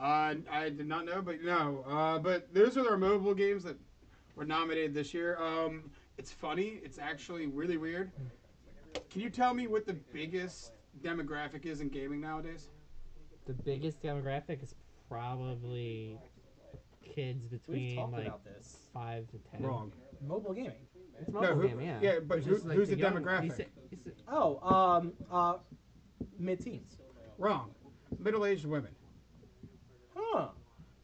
Uh, I did not know, but no. Uh, but those are the mobile games that were nominated this year. Um, it's funny. It's actually really weird. Can you tell me what the biggest demographic is in gaming nowadays? The biggest demographic is probably kids We've between talked like about this. five to ten. Wrong. Mobile gaming. It's mobile who- game, yeah. yeah, but It's who- just, who's the young- demographic? you said- you said- Oh, um, uh, mid teens. Wrong. Middle-aged women. Huh.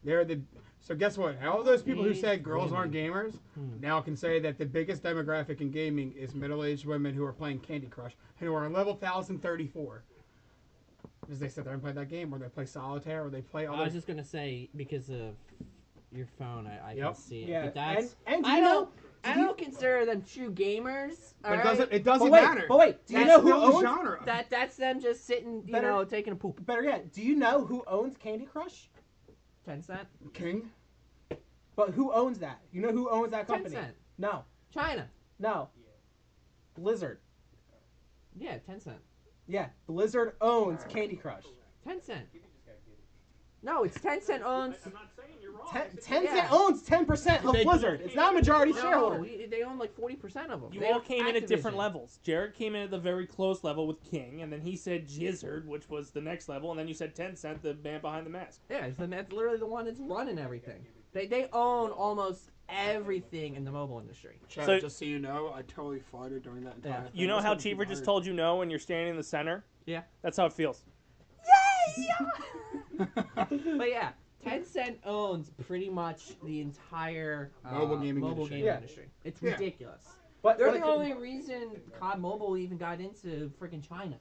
They're the. So guess what? All those people who Middle-aged said girls aren't gamers Hmm. now can say that the biggest demographic in gaming is middle-aged women who are playing Candy Crush and who are on level 1034. Because they sit there and play that game, or they play solitaire, or they play all I was those. just gonna say because of your phone, I, I can Yep. see it. Yeah. But that's and, and do I you know, don't I don't consider them true gamers. But it alright? doesn't. It but doesn't wait, matter. but wait, do you That's know who Still Oh, the owns? genre. That that's them just sitting, you Better- know, taking a poop. Better yet, do you know who owns Candy Crush? Ten cent. King. But who owns that? You know who owns that company? Tencent. No, China. no. Blizzard. Yeah, ten cent. Yeah, Blizzard owns Candy Crush. Ten cent. No, it's ten cent (laughs) owns. I'm not saying you're wrong. Ten, I'm saying- Tencent Yeah. owns 10% of They- Blizzard. It's not a majority No, shareholder. he- they own like forty percent of them. You They all own came in at different Activision. levels. Jared came in at the very close level with King, and then he said Jizzard, which was the next level, and then you said Ten Cent, the man behind the mask. Yeah, it's the, that's literally the one that's running everything. They they own almost everything in the mobile industry. Chad, So- just so you know, I totally farted during that entire. Yeah. thing. You know That's how gonna be Cheever just hard. told you no, and you're standing in the center. Yeah. That's how it feels. But yeah, Tencent owns pretty much the entire uh, Mobile gaming mobile industry. game Yeah. industry. It's Yeah. ridiculous. But They're but the it- only reason COD Mobile even got into freaking China.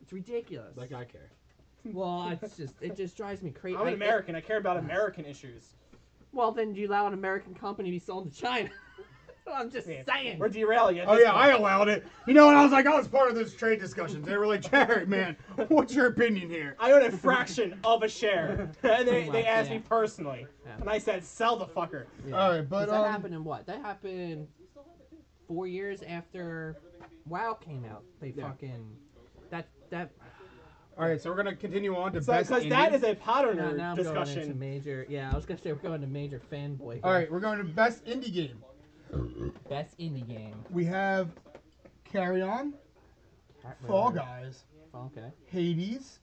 It's ridiculous. Like I care. (laughs) well, it's just it just drives me crazy. I'm an American. (laughs) I care about American issues. Well, then you allow an American company to be sold to China. (laughs) I'm just Yeah. saying. We're derailing it. Oh yeah, I allowed it. You know, and I was like, I was part of those trade discussions. They were like, Jared, man, what's your opinion here? I own (laughs) a fraction of a share. and they, Oh my they asked God. me personally. Yeah. And I said, sell the fucker. Yeah. All right, but Does that um, happened in what? That happened four years after WoW came out. They fucking that that. all right, so we're gonna continue on to So, best. because that ending. is a pattern Now, now I'm going into discussion. major. Yeah, I was gonna say we're going to major fanboy. here. All right, we're going to best indie game. Best indie game. We have Carry On, Cat Fall River. Guys, Okay. Hades,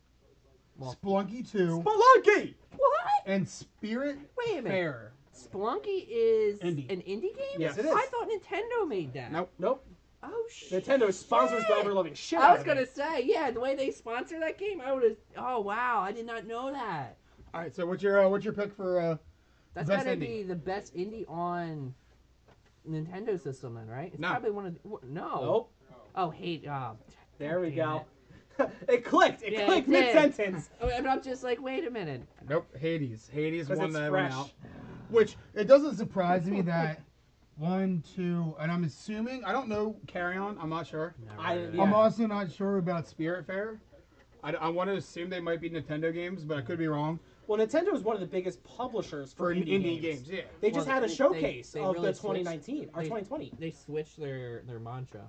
Well- Splunky Two, Spelunky! What? and Spirit Wait a minute. Fair. Splunky is Indie. an indie game. Yes, it is. I thought Nintendo made that. Nope. Nope. Oh shit. Nintendo sponsors the Shit. ever-loving shit I out was of gonna it. say, yeah, the way they sponsor that game, I would have. Oh wow, I did not know that. All right, so what's your uh, what's your pick for? Uh, That's Best gotta indie. be the best indie on Nintendo system, then, right? It's No. probably one of the, wh- no. Nope. Oh, hate. Oh, There we Damn go. (laughs) It. clicked. It Yeah, it clicked (laughs) did. mid-sentence. oh, but I'm just like, wait a minute. nope, Hades. Hades Because won it's that fresh. one out. Which it doesn't surprise me that one, two, and I'm assuming I don't know Carry On. I'm not sure. I- Never- yeah. I'm also not sure about Spirit Fair. I, want to assume they might be Nintendo games, but I could be wrong. Well, Nintendo is one of the biggest publishers for, For indie, indie, games. yeah. They just Well, had a they- they- showcase they of really the switched- 2019 or they- 2020. They switched their their mantra.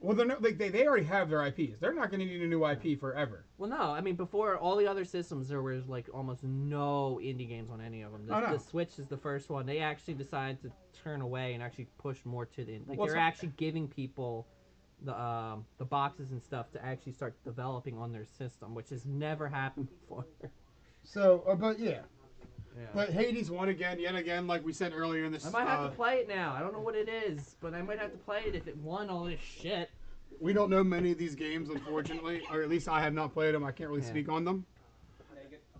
Well, they're not, like they, they already have their IPs. They're not going to need a new IP forever. Well, no, I mean before all the other systems, there was like almost no indie games on any of them. The, Oh, no. the Switch is the first one. They actually decided to turn away and actually push more to the like Well, they're so- actually giving people the um, the boxes and stuff to actually start developing on their system, which has never happened before. (laughs) So, uh, but yeah. Yeah. But Hades won again, yet again, like we said earlier in this. I might have uh, to play it now. I don't know what it is, but I might have to play it if it won all this shit. we don't know many of these games, unfortunately, or at least I have not played them. I can't really Yeah. speak on them.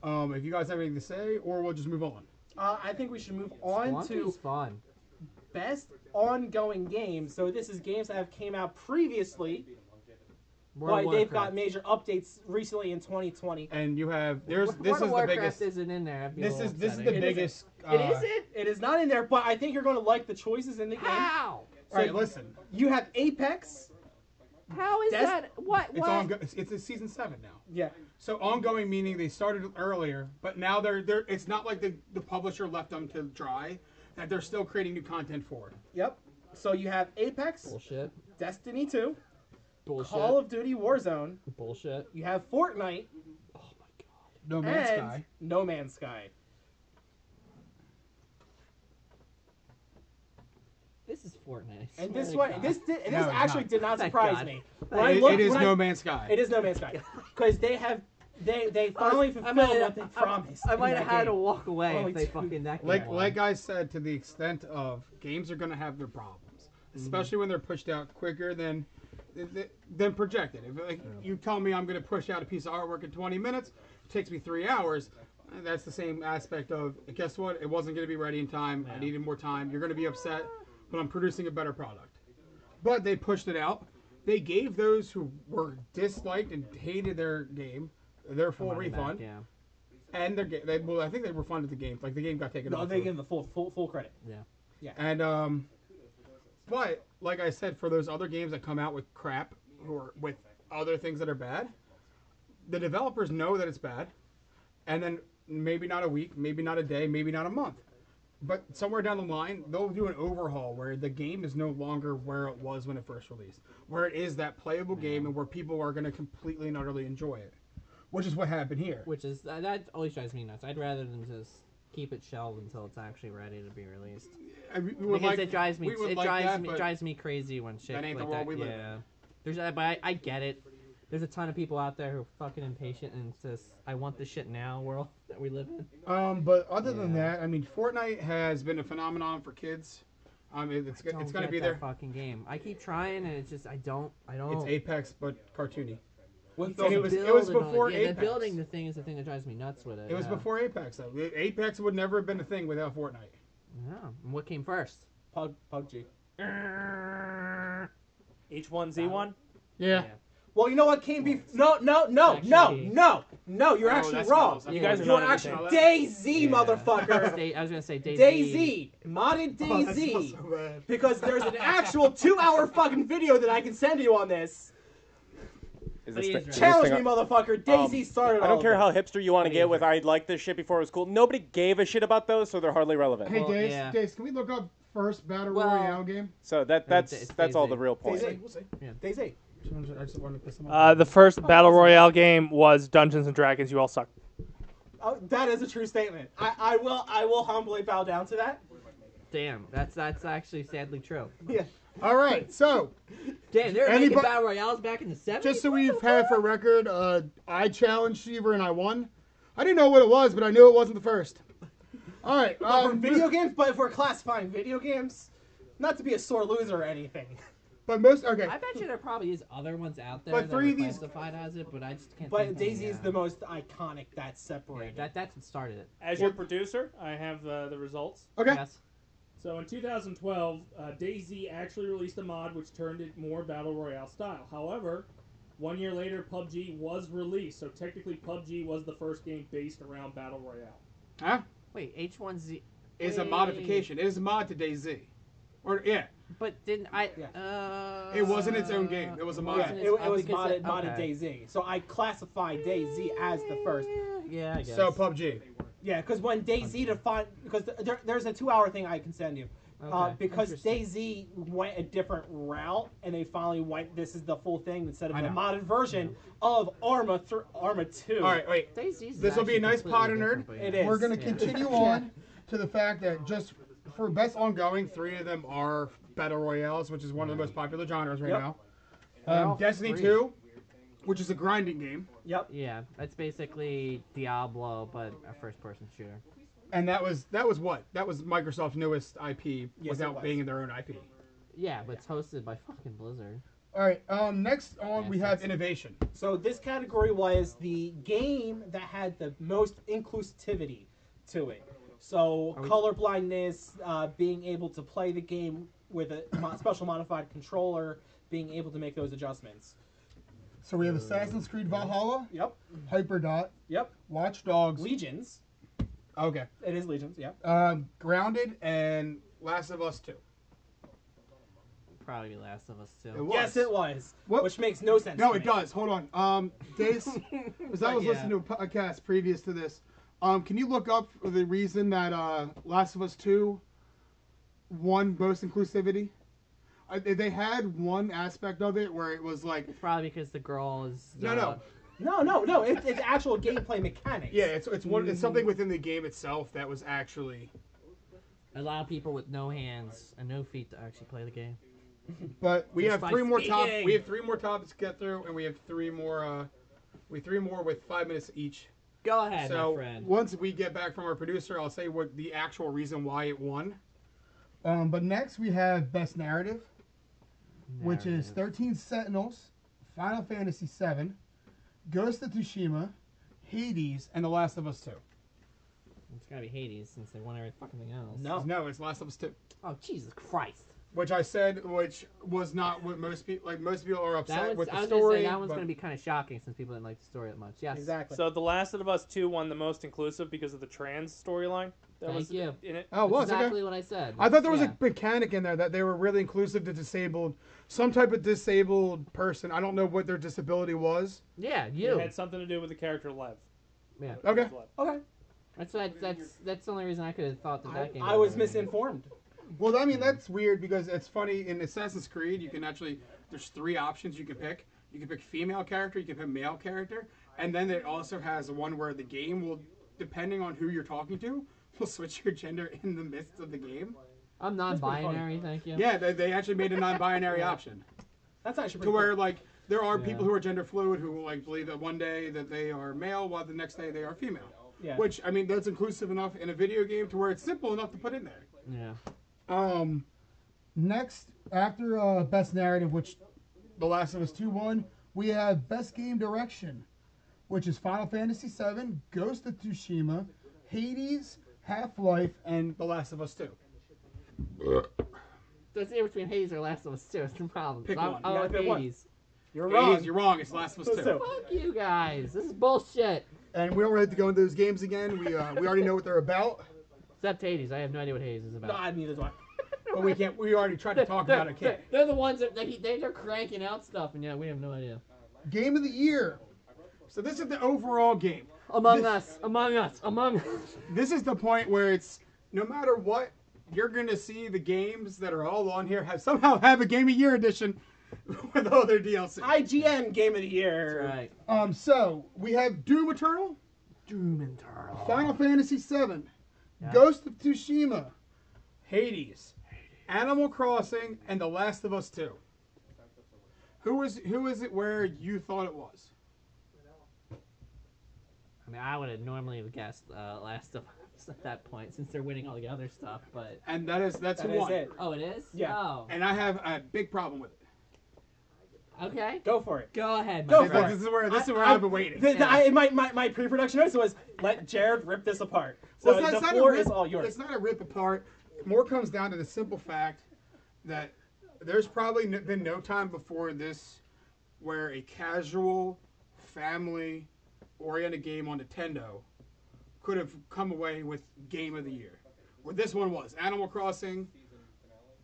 Um, if you guys have anything to say, or we'll just move on. Uh, I think we should move on to Splunky's fun. best ongoing games. So this is games that have came out previously, World but of they've got Warcraft. major updates recently in 2020. And you have there's World this of is the Warcraft biggest. isn't in there. I'd be a This little is this is upset, the I guess. biggest. It uh, isn't. It is not in there, but I think you're going to like the choices in the game. How? All right, listen. You have Apex. How is That's- that? What? It's What? on. It's, it's in season seven now. Yeah. So ongoing meaning they started earlier, but now they're they're. It's not like the the publisher left them to dry. That they're still creating new content for it. Yep. So you have Apex, Bullshit. Destiny 2, Bullshit. Call of Duty Warzone. Bullshit. You have Fortnite Oh my god. No and No Man's Sky. This is Fortnite. I And this one, swear to Oh God. this did, this No, it's actually not. did not Thank surprise God. me. It- I it looked- when I- Man's Sky. It is No Man's (laughs) Sky because they have they they I finally might- fulfilled I- what they I- promised. I, in might that have had to game. walk away Oh, if they dude. fucking that. like game like I said, to the extent of games are going to have their problems, Mm-hmm. especially when they're pushed out quicker than than projected. If like, you tell me I'm going to push out a piece of artwork in 20 minutes, it takes me three hours. and That's the same aspect of guess what? It wasn't going to be ready in time. I needed more time. You're going to be upset, but I'm producing a better product. But they pushed it out. They gave those who were disliked and hated their game their full Money back, refund, Yeah. and their game. They, well, I think they refunded the game. Like the game got taken No, off. they of- give them the full full full credit. and um, but like I said, for those other games that come out with crap or with other things that are bad, the developers know that it's bad, and then maybe not a week, maybe not a day, maybe not a month, but somewhere down the line they'll do an overhaul where the game is no longer where it was when it first released, where it is that playable game and where people are going to completely and utterly enjoy it, which is what happened here. Which is that, that always drives me nuts. I'd rather than just keep it shelved until it's actually ready to be released. And we- we would Because like- it drives me. we would It like drives that, me. but- It drives me crazy when shit That ain't the like world that. we live in. yeah. There's uh, but I, I get it. There's a ton of people out there who are fucking impatient and it's this I want this shit now world (laughs) that we live in. Um, but other than Yeah. that, I mean, Fortnite has been a phenomenon for kids. Um, it, it's Don't it's gonna get be that Oh. there. fucking game. I keep trying and it's just I don't I don't. It's Apex, but cartoony. With So It's the, it was- it was build and all- before yeah, Apex. The building the thing is the thing that drives me nuts with it. It was yeah. before Apex, though. A- Apex would never have been a thing without Fortnite. Yeah. And what came first? Pug PUBG. H1Z1. Yeah. Well, you know what came before? No, no, no, no, Actually- no, no. You're Oh, actually that's wrong. close. I You thought it guys are was- You're not actually even Daisy, Yeah. (laughs) motherfucker. Day- I was gonna say Daisy. Daisy, modded Oh, that Daisy. smells (laughs) so bad. because there's an actual two-hour fucking video that I can send you on this. Is But he thi- is is right. Challenge thing me, on- motherfucker. Daisy Um, started. I all don't of care it. how hipster you want to What do get you with I liked this shit before it was cool. Nobody gave a shit about those, so they're hardly relevant. Hey, Well, Dace, yeah. Dace, can we look up first battle Well- royale game? So that it's that's that's all Daisy. the real point. Daisy. We'll see. Daisy. I just wanted to piss him off. Uh, the first battle royale game was Dungeons and Dragons. You all suck. Oh, that is a true statement. I, I will I will humbly bow down to that. Damn, that's that's actually sadly true. Yeah. All right, so Damn, they were making Anybody- battle royales back in the seventies. just so we've had for record, uh, I challenged Seaver and I won. I didn't know what it was, but I knew it wasn't the first. All right, But for um, video games, but if we're classifying video games, not to be a sore loser or anything. but most okay. I bet you there probably is other ones out there But that three are of these- classified as it, but I just can't. think But of any, Daisy is uh, the most iconic that yeah, separated. that that's what started it. As your producer, I have uh, the results. Okay. Yes. So in 2012, uh, DayZ actually released a mod which turned it more battle royale style. However, one year later, PUBG was released, so technically PUBG was the first game based around battle royale. Wait, H one Z. It's a modification. It is a mod to DayZ. Or yeah, But didn't I? Yeah. Uh, It wasn't its own game. It was a mod. yeah, wasn't it, its- it oh, was because modded, it- modded okay. Daisy. So I classify Daisy as the first. Yeah, I guess. So PUBG. Yeah, because when Daisy defined, because th- there, there's a two-hour thing I can send you. Uh, Okay, because interesting. Daisy went a different route, and they finally went. This is the full thing instead of I the know. modded version of Arma thr Arma Two. All right, wait. Daisy's is This will be actually a nice completely Potter different, nerd. but It yeah. is. We're gonna Yeah. continue (laughs) on to the fact that just for best ongoing, three of them are battle royales, which is one of the most popular genres right Yep. now. They're all Um, Destiny free. Two, which is a grinding game, Yep. (laughs) Yeah, that's basically Diablo, but a first-person shooter. and that was that was what that was Microsoft's newest IP Yes, it without was. being their own IP. Yeah, but it's hosted by fucking Blizzard. All right. Um, next on we have Assets. innovation. So this category was the game that had the most inclusivity to it. So Are we- colorblindness, uh, being able to play the game with a mo- special modified controller, being able to make those adjustments. So we have Assassin's Creed Valhalla, Yep. Hyperdot, Yep. Watch Dogs. Legions. Okay. It is legions. Yep. Um, Grounded and Last of Us Two. Probably Last of Us It too. was. Yes, it was. What- Which makes no sense. No, to it me. does. Hold on. Um, (laughs) Dace, because I was Yeah. listening to a podcast previous to this. Um, can you look up the reason that uh, Last of Us Two won most inclusivity? I, they- they had one aspect of it where it was like, Probably because the girl is. no, uh, no, No, no, no. It, it's actual gameplay mechanics. yeah, it's it's one, it's something within the game itself that was actually. A lot of people with no hands and no feet to actually play the game. But we Just have by three more top. speaking. We have three more topics to get through, and we have three more. Uh, we have three more with five minutes each. Go ahead, my So friend. once we get back from our producer, I'll say what the actual reason why it won. Um, but next we have best narrative, which is Narrative. Thirteen Sentinels, Final Fantasy VII, Ghost of Tsushima, Hades, and The Last of Us Two. It's gotta be Hades since they won every fucking thing else. No. No, it's Last of Us Two, Oh Jesus Christ! which I said, which was not what most people like. Most people are That upset one's, with I the was story. gonna say that one's but- gonna be kind of shocking since people didn't like the story that much. Yes. Exactly. So The Last of Us Two won the most inclusive because of the trans storyline. That Thank was you. in it. Oh, it That's was okay. exactly what I said. I thought there was Yeah. a mechanic in there that they were really inclusive to disabled, some type of disabled person. I don't know what their disability was. Yeah, It you. had something to do with the character Lev. Yeah. Okay. Lev. okay. That's what I, that's that's the only reason I could have thought that I, that game. I was would've been- misinformed. Well, I mean that's weird because it's funny in Assassin's Creed you can actually there's three options you can pick. You can pick female character, you can pick male character, and then it also has one where the game will, depending on who you're talking to, (laughs) will switch your gender in the midst of the game. I'm non-binary, thank you. Yeah, they, they actually made a non-binary (laughs) Yeah. option. That's actually to pretty where cool. like there are Yeah. people who are gender fluid who will like believe that one day that they are male while the next day they are female Yeah. which i mean that's inclusive enough in a video game to where it's simple enough to put in there Yeah. um next after uh best narrative which the last of us 2 won we have best game direction which is final fantasy 7 ghost of tsushima hades half-life and the last of us 2 That's the difference between Hades or Last of Us Two. It's the problem. Pick I'm, one. I'm Yeah, with pick one. Hades. You're Games, wrong. you're wrong. It's Last of Us 2. So- Fuck you guys. This is bullshit. And we don't really have to go into those games again. We uh, we already know what (laughs) they're about, Except Hades. I have no idea what Hades is about. God, neither do I. but we can't. We already tried to talk they're, about it. Can't. they're- they're the ones that they, they, they're cranking out stuff, and yeah, we have no idea. (laughs) Game of the year. So this is the overall game. Among Us. Among Us. Among Us. (laughs) This is the point where it's no matter what, you're gonna see the games that are all on here have somehow have a Game of Year edition (laughs) with all their DLC. IGN Game of the Year. Right. Um. So we have Doom Eternal, Doom and Turl. Final Fantasy VII, Yeah. Ghost of Tsushima, Hades, Animal Crossing, and The Last of Us 2. Who is who is it where you thought it was? I mean, I would have normally have guessed uh, Last of Us at that point, since they're winning all the other stuff. But And that is that's That who is won. it. oh, it is. Yeah. Oh. And I have a big problem with it. Okay. Go for it. Go ahead. Go my for friend. it. This is where this is where I- I, have been waiting. The, the, Yeah. I, my, my, my pre-production notes was let Jared rip this apart. So Well, it's the not- it's not a floor rip- is all yours. It's not a rip apart. More comes down to the simple fact that there's probably n- been no time before this where a casual, family oriented game on Nintendo could have come away with Game of the Year. Where this one was Animal Crossing.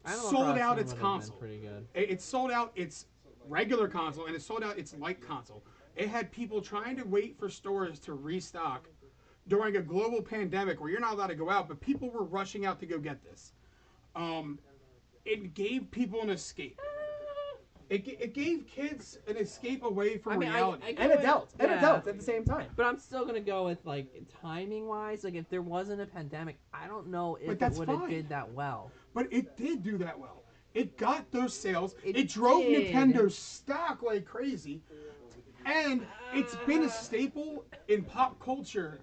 Animal sold Crossing out its would've been console. Pretty good. It, it sold out its regular console and it sold out its light console. It had people trying to wait for stores to restock during a global pandemic where you're not allowed to go out, but people were rushing out to go get this. Um, it gave people an escape. It, g- it gave kids an escape away from I mean, I, reality. I and go with- adults. And yeah. adults at the same time. But I'm still gonna go with like timing wise. Like if there wasn't a pandemic, I don't know if it that's would have fine. did that well. but it did do that well. It got those sales. It It, drove did. Nintendo's stock like crazy. And it's been a staple in pop culture.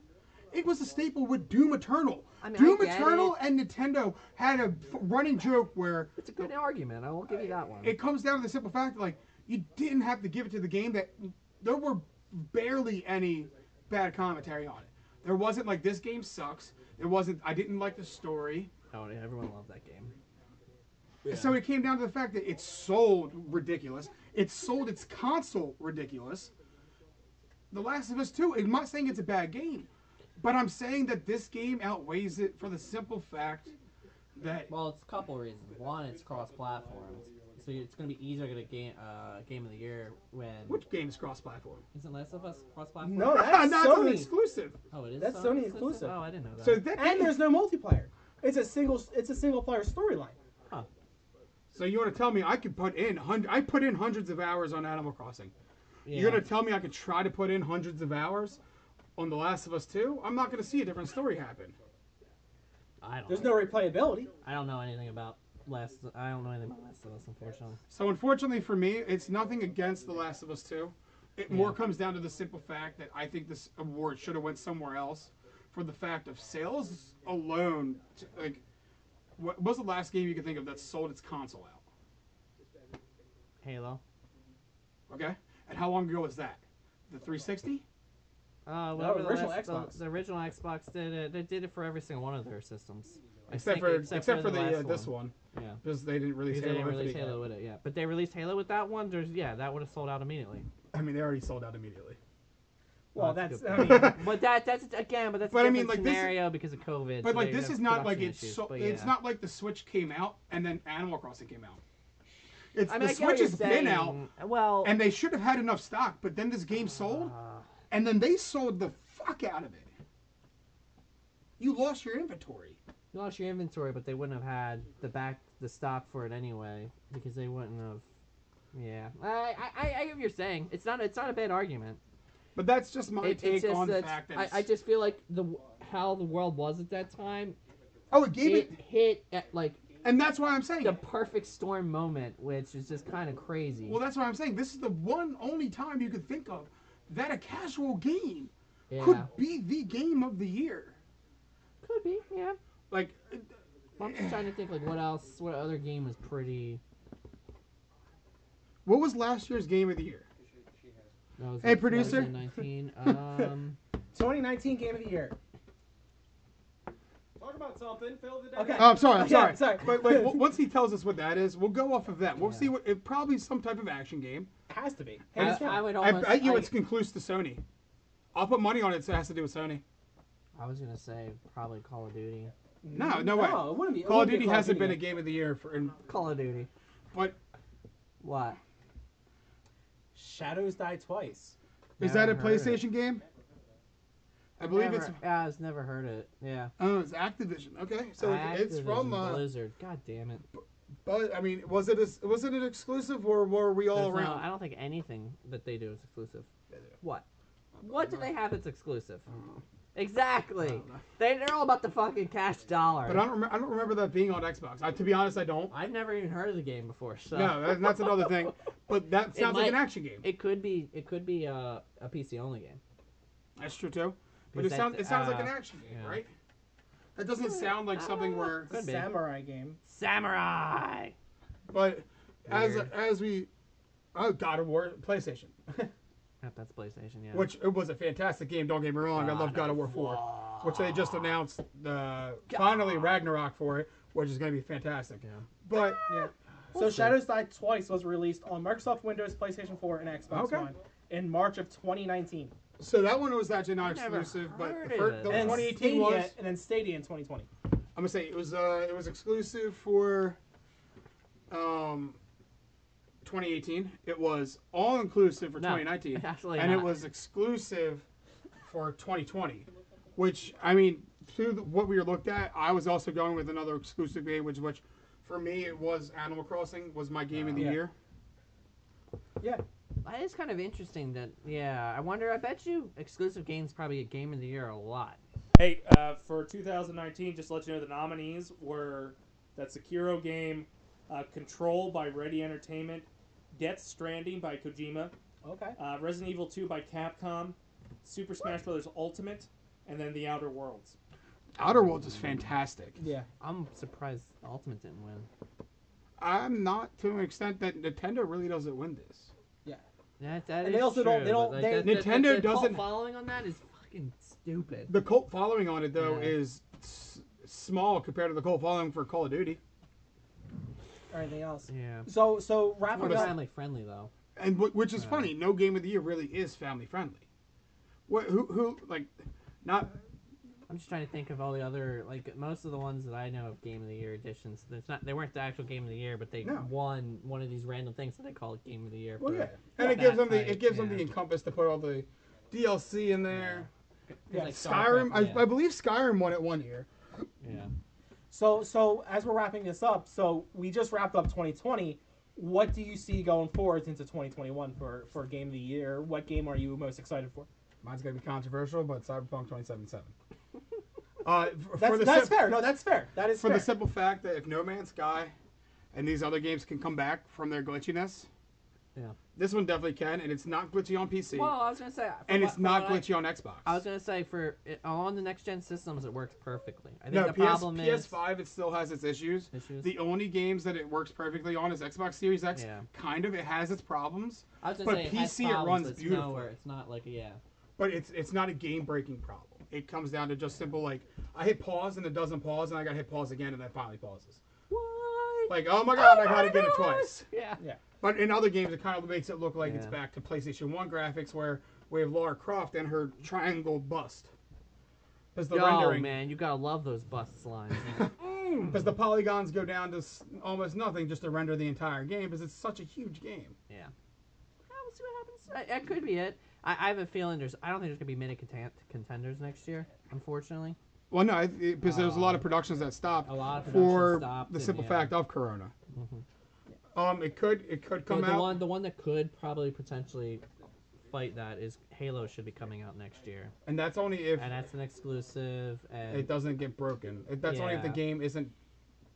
It was a staple with Doom Eternal. I mean, I Doom get Eternal it. and Nintendo had a f- running joke where It's a good argument. I will give you that one. it comes down to the simple fact like you didn't have to give it to the game that there were barely any bad commentary on it. There wasn't like this game sucks. There wasn't I didn't like the story. oh, yeah, everyone loved that game. So it came down to the fact that it sold ridiculous. It sold its console ridiculous. The Last of Us 2, I'm not saying it's a bad game, but I'm saying that this game outweighs it for the simple fact that Well, it's a couple reasons. One, it's cross-platform, so it's going to be easier to get a game, uh, game of the year when which game is cross platform? isn't Last of Us (laughs) cross-platform? No, Not that's an Sony. exclusive. oh, it is. that's Sony exclusive. Oh, I didn't know that. So that And game- there's no multiplayer. It's a single. It's a single player storyline. So you want to tell me I could put in hundred? I put in hundreds of hours on Animal Crossing. yeah. You're gonna tell me I could try to put in hundreds of hours on The Last of Us 2? I'm not gonna see a different story happen. I don't. There's know. no replayability. I don't know anything about Last. I don't know anything about Last of Us, unfortunately. So unfortunately for me, it's nothing against The Last of Us 2. It more Yeah. comes down to the simple fact that I think this award should have went somewhere else for the fact of sales alone. t- Like, what was the last game you could think of that sold its console out? Halo. Okay, and how long ago was that? The 360? Uh, whatever the original last- the- Xbox. The, original Xbox did it. They did it for every single one of their systems. I Except think- for except, for, the, last uh, this one Yeah. because they didn't release Because they Halo didn't Infinite release yet. Halo with it, yeah. But they released Halo with that one. There's yeah, that would have sold out immediately. I mean, they already sold out immediately. Well, that's that's. a (laughs) I mean, But that that's again, but that's But a I mean, different like, this is- scenario because of COVID. But so like they this have is not like production it's issues, so, but it's yeah. not like the Switch came out and then Animal Crossing came out. It's I mean, the I get what Switch you're has been out saying. Well, and they should have had enough stock, but then this game sold Ah. and then they sold the fuck out of it. You lost your inventory. you lost your inventory, but they wouldn't have had the back the stock for it anyway because they wouldn't have. Yeah, I I, I I get what you're saying. It's not it's not a bad argument. But that's just my It- it's take just on the that fact that I, it's- I just feel like the how the world was at that time. Oh, it gave It it, hit at like and that's why I'm saying the perfect storm moment, which is just kind of crazy. Well, that's what I'm saying. This is the one only time you could think of that a casual game yeah, could be the game of the year. could be. Yeah, Like, Well, I'm just trying to think like what else, what other game was pretty. what was last year's game of the year? That was Hey, like producer. (laughs) 2019. Um, 2019 Game of the Year. talk about something. Fill the Okay. Oh, I'm sorry. I'm Yeah, sorry. sorry. But like, (laughs) w- once he tells us what that is, we'll go off of that. We'll see what it probably some type of action game. has to be. I, Hands down. I would I almost. I, bet you it's conclusive to Sony. I'll put money on it. So it has to do with Sony. I was gonna say probably Call of Duty. No, no way. No, it wouldn't be. it Call of wouldn't be Duty Call hasn't been a game. game of the year for. In, Call of Duty. but What? Shadows die twice. is that Never a heard of it. PlayStation game? I believe Never- it's. Yeah, I've never heard it. Yeah. Oh, it's Activision. Okay, so it's Activision from. Uh, Blizzard. God damn it. but I mean, was it a, was it an exclusive or were we all There's no- around? I don't think anything that they do is exclusive. What? What do they have that's exclusive? Exactly. They, they're all about the fucking cash dollar. but I don't. Rem- I don't remember that being on Xbox. I, to be honest, I (laughs) don't. I've never even heard of the game before. So No, that, that's another thing. But that It sounds like an might- action game. it could be it could be uh, a PC only game. That's true too. But it Because sounds that's, it sounds like uh, an action game, yeah. right? That doesn't sound like something where. Could be. Samurai game. Samurai. But as Weird. as we, oh God of War PlayStation, Yep, that's PlayStation. Yeah. which it was a fantastic game. Don't get me wrong, I love God of War Four, which they just announced the finally Ragnarok for it, which is going to be fantastic. Yeah. But Yeah. So Shadows Die Twice was released on Microsoft Windows, PlayStation 4, and Xbox Okay. One in March of 2019. so that one was actually not I've never exclusive, but heard the, of first, it. the And then 2018 Stadia, was. and then Stadia in 2020. I'm gonna say it was uh it was exclusive for um 2018. It was all inclusive for No, (laughs) 2019. absolutely and not. it was exclusive for 2020. Which I mean, through the, what we were looked at, I was also going with another exclusive game, which which for me it was Animal Crossing was my game of the Yeah. year. That is kind of interesting. That yeah. I wonder. I bet you exclusive games probably get game of the year a lot. Hey, uh, for 2019, just to let you know, the nominees were that Sekiro game, uh, Control by Ready Entertainment, Death Stranding by Kojima, Okay. uh, Resident Evil 2 by Capcom, Super Smash Bros. Ultimate, and then The Outer Worlds. Outer Worlds is fantastic. Yeah. I'm surprised Ultimate didn't win. I'm not to an extent that Nintendo really doesn't win this. That, that And they is also don't- true, they but, don't- Like, they- that- that- that- Nintendo the cult doesn't- Following on that is fucking stupid. The cult following on it though Yeah. is s- small compared to the cult following for Call of Duty. Or anything else. Yeah. So so More wrapping up. family friendly though. and wh- which is funny. No game of the year really is family friendly. What who who like not I'm just trying to think of all the other like most of the ones that I know of Game of the Year editions. There's not they weren't the actual Game of the Year, but they No. won one of these random things that they call it Game of the Year. well for- Oh, yeah, and it that gives them the type, it gives them yeah. the encompass to put all the DLC in there. Yeah, like Skyrim, I, yeah. I believe Skyrim won it one year. yeah. So so as we're wrapping this up, so we just wrapped up 2020. What do you see going forward into 2021 for for game of the year? What game are you most excited for? Mine's gonna be controversial, but Cyberpunk (laughs) 2077. uh, for, That's for the that's sim- fair. No, that's fair. That is for fair. the simple fact that if No Man's Sky and these other games can come back from their glitchiness, Yeah. this one definitely can, and it's not glitchy on PC, Well, I was gonna say, and it's not glitchy. glitchy on Xbox. I was gonna say for it, on the next gen systems, it works perfectly. I think No, the PS, problem is PS5 it still has its issues. Issues? The only games that it works perfectly on is Xbox Series X. Yeah. Kind of, it has its problems, I was gonna but say it has PC it problems, runs but it's beautiful. Nowhere. It's not like yeah. but it's it's not a game breaking problem. It comes down to just simple like I hit pause and it doesn't pause, and I gotta hit pause again, and it finally pauses. What? Like oh my god, Oh I my gotta get it God! twice. Yeah. But in other games, it kind of makes it look like it's Yeah. back to PlayStation One graphics, where we have Lara Croft and her triangle bust. Because the Yo, rendering, Oh, man, you gotta love those (laughs) bust lines. because the polygons go down to s- almost nothing just to render the entire game, because it's such a huge game. Yeah. Well, we'll see what happens. I- That could be it. I, I have a feeling there's. I don't think there's gonna be many content, contenders next year, unfortunately. Well, no, because there's a lot of productions that stopped Oh. A lot of productions for stopped the and, simple yeah. Mm-hmm. fact of Corona. Um, it could it could come the, out. the one, the one that could probably potentially fight that is Halo should be coming out next year, And that's only if and that's an exclusive. And it doesn't get broken. It- That's only if the Yeah. game isn't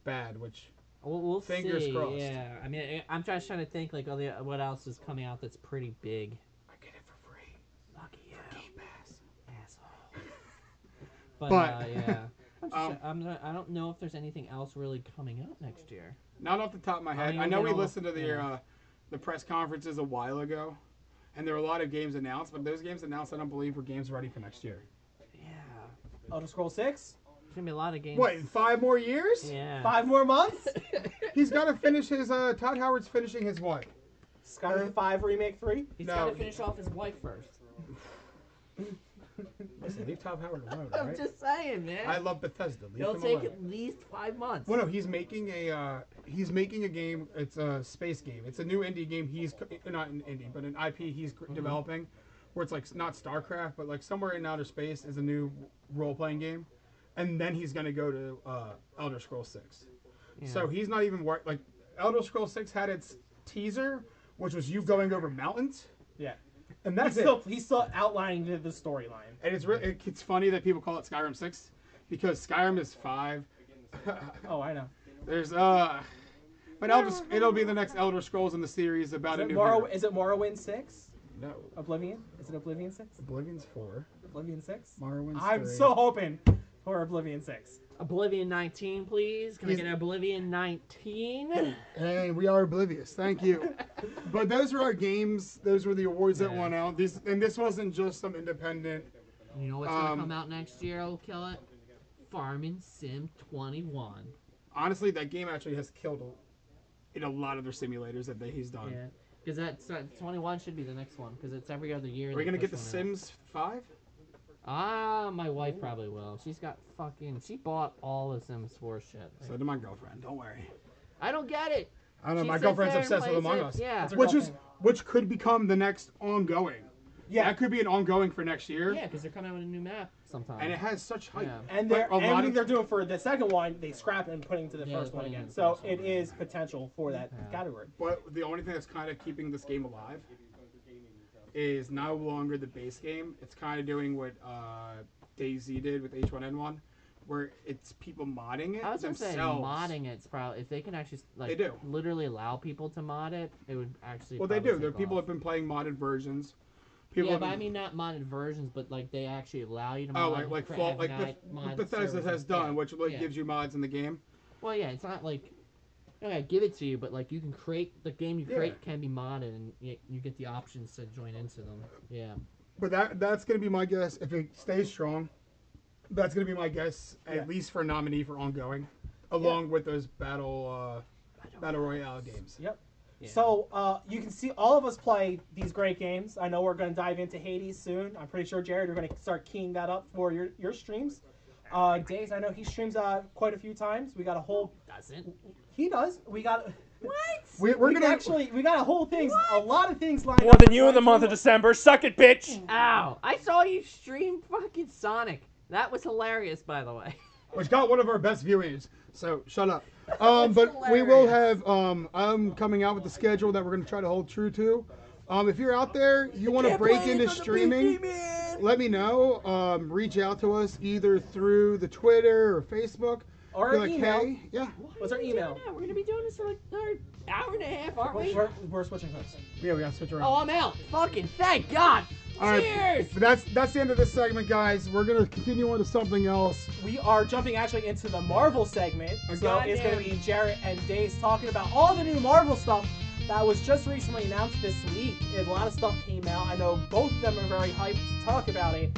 bad, which We'll, we'll Fingers see. crossed. Yeah, I mean, I- I'm just trying to think like all the what else is coming out that's pretty big. I get it for free. Lucky you, asshole. (laughs) But, But- uh, yeah, (laughs) I'm just, Um, I'm not, I don't know if there's anything else really coming out next year. Not off the top of my head. mean, I, we know can we all- listened to the yeah. uh, the press conferences a while ago, and there were a lot of games announced, but those games announced I don't believe were games ready for next year. Yeah, Elder Scroll Six. gonna be a lot of games. What, in five more years? Yeah. Five more (laughs) months? He's got to finish his. Uh, Todd Howard's finishing his what? Skyrim 5 Remake 3? (laughs) He's No. gotta finish off his wife first. Listen, leave Todd Howard alone, all I'm right? just saying, man. I love Bethesda. Leave It'll him take alone. at least five months. Well, no, he's making a uh, he's making a game. It's a space game. It's a new indie game. He's c- eh, not an indie, but an IP he's cr- developing, where it's like not StarCraft, but like somewhere in outer space is a new role playing game, and then he's gonna go to uh, Elder Scrolls Six. So he's not even wor- like Elder Scrolls Six had its teaser, which was you going over mountains, Yeah. and He's that's it. still, he's still outlining the, the storyline. And it's re- it- it's funny that people call it Skyrim Six, because Skyrim is five. Oh, I know. There's uh, but Elder, it'll be the next Elder Scrolls in the series about Is a it, new. Morrow, hero. is it Morrowind 6? No, Oblivion? Is it Oblivion 6? Oblivion's four. Oblivion 6? Morrowind's I'm three. so hoping for Oblivion 6. Oblivion 19, please. Can I He's- get an Oblivion (laughs) 19? And we are oblivious. Thank (laughs) you. but those were our games. Those were the awards that won out. These and this wasn't just some independent. You know what's gonna Um, come out next year? I'll kill it. Farming Sim 21. Honestly, that game actually has killed a- in a lot of their simulators that they, he's done. Yeah, because that's uh, 21 should be the next one because it's every other year. Are they we gonna push get the one out. Sims Five? Ah, my wife probably will. She's got fucking. She bought all the Sims 4 shit. So did my girlfriend. Don't worry. I don't get it. I don't know. She my sits girlfriend's there and obsessed with plays Among it. Us. Yeah. Which is which could become the next ongoing. Yeah. That could be an ongoing for next year. Yeah, because they're coming out with a new map sometime. And it has such hype. Yeah. And But they're a lot everything of- they're doing for the second one, they scrap and putting to the Yeah, first they're one putting again. it in the So first it one. is potential for that Yeah. category. But the only thing that's kind of keeping this game alive is no longer the base game. It's kind of doing what uh, DayZ did with H1N1, where it's people modding it I was gonna themselves. say modding it's probably if they can actually like They do. literally allow people to mod it, it would actually. Well, they probably do. There take people off. have been playing modded versions. People yeah, have but been, I mean not modded versions, but like they actually allow you to mod. oh, like like cra- Fall, have like night Beth- mod Bethesda services. has done, Yeah. which like Yeah. gives you mods in the game. Well, yeah, it's not like you know, I give it to you, but like you can create the game you Yeah. create can be modded, and you, you get the options to join into them. Yeah, But that that's gonna be my guess if it stays strong. That's gonna be my guess Yeah. at least for nominee for ongoing, along with those battle uh, battle royale games. Yep. Yeah. So uh, you can see all of us play these great games. I know we're going to dive into Hades soon. I'm pretty sure Jared, you're going to start keying that up for your your streams. Uh, Days, I know he streams uh, quite a few times. We got a whole. doesn't. He does. We got. (laughs) What? We, We're we're we gonna actually. We got a whole things. A lot of things lined More up. than you in the month of December. Suck it, bitch. Ow! I saw you stream fucking Sonic. That was hilarious, by the way. (laughs) which got one of our best viewings. So shut up. Um, but we will hilarious. have. Um, I'm coming out with the schedule that we're going to try to hold true to. Um, if you're out there, you want to break into streaming, let me know. Um, reach out to us either through the Twitter or Facebook. Or Be an email. hey, yeah, What's our email? Yeah, we're gonna be doing this for like another hour and a half, aren't we? We're, we're switching hosts. yeah, we got to switch around. Oh, I'm out. Fucking thank God. All right. Cheers. But that's that's the end of this segment, guys. We're gonna continue on to something else. we are jumping actually into the Marvel segment. Oh, so it's going goddamn. to be Jarrett and Dace talking about all the new Marvel stuff that was just recently announced this week. A lot of stuff came out. I know both of them are very hyped to talk about it.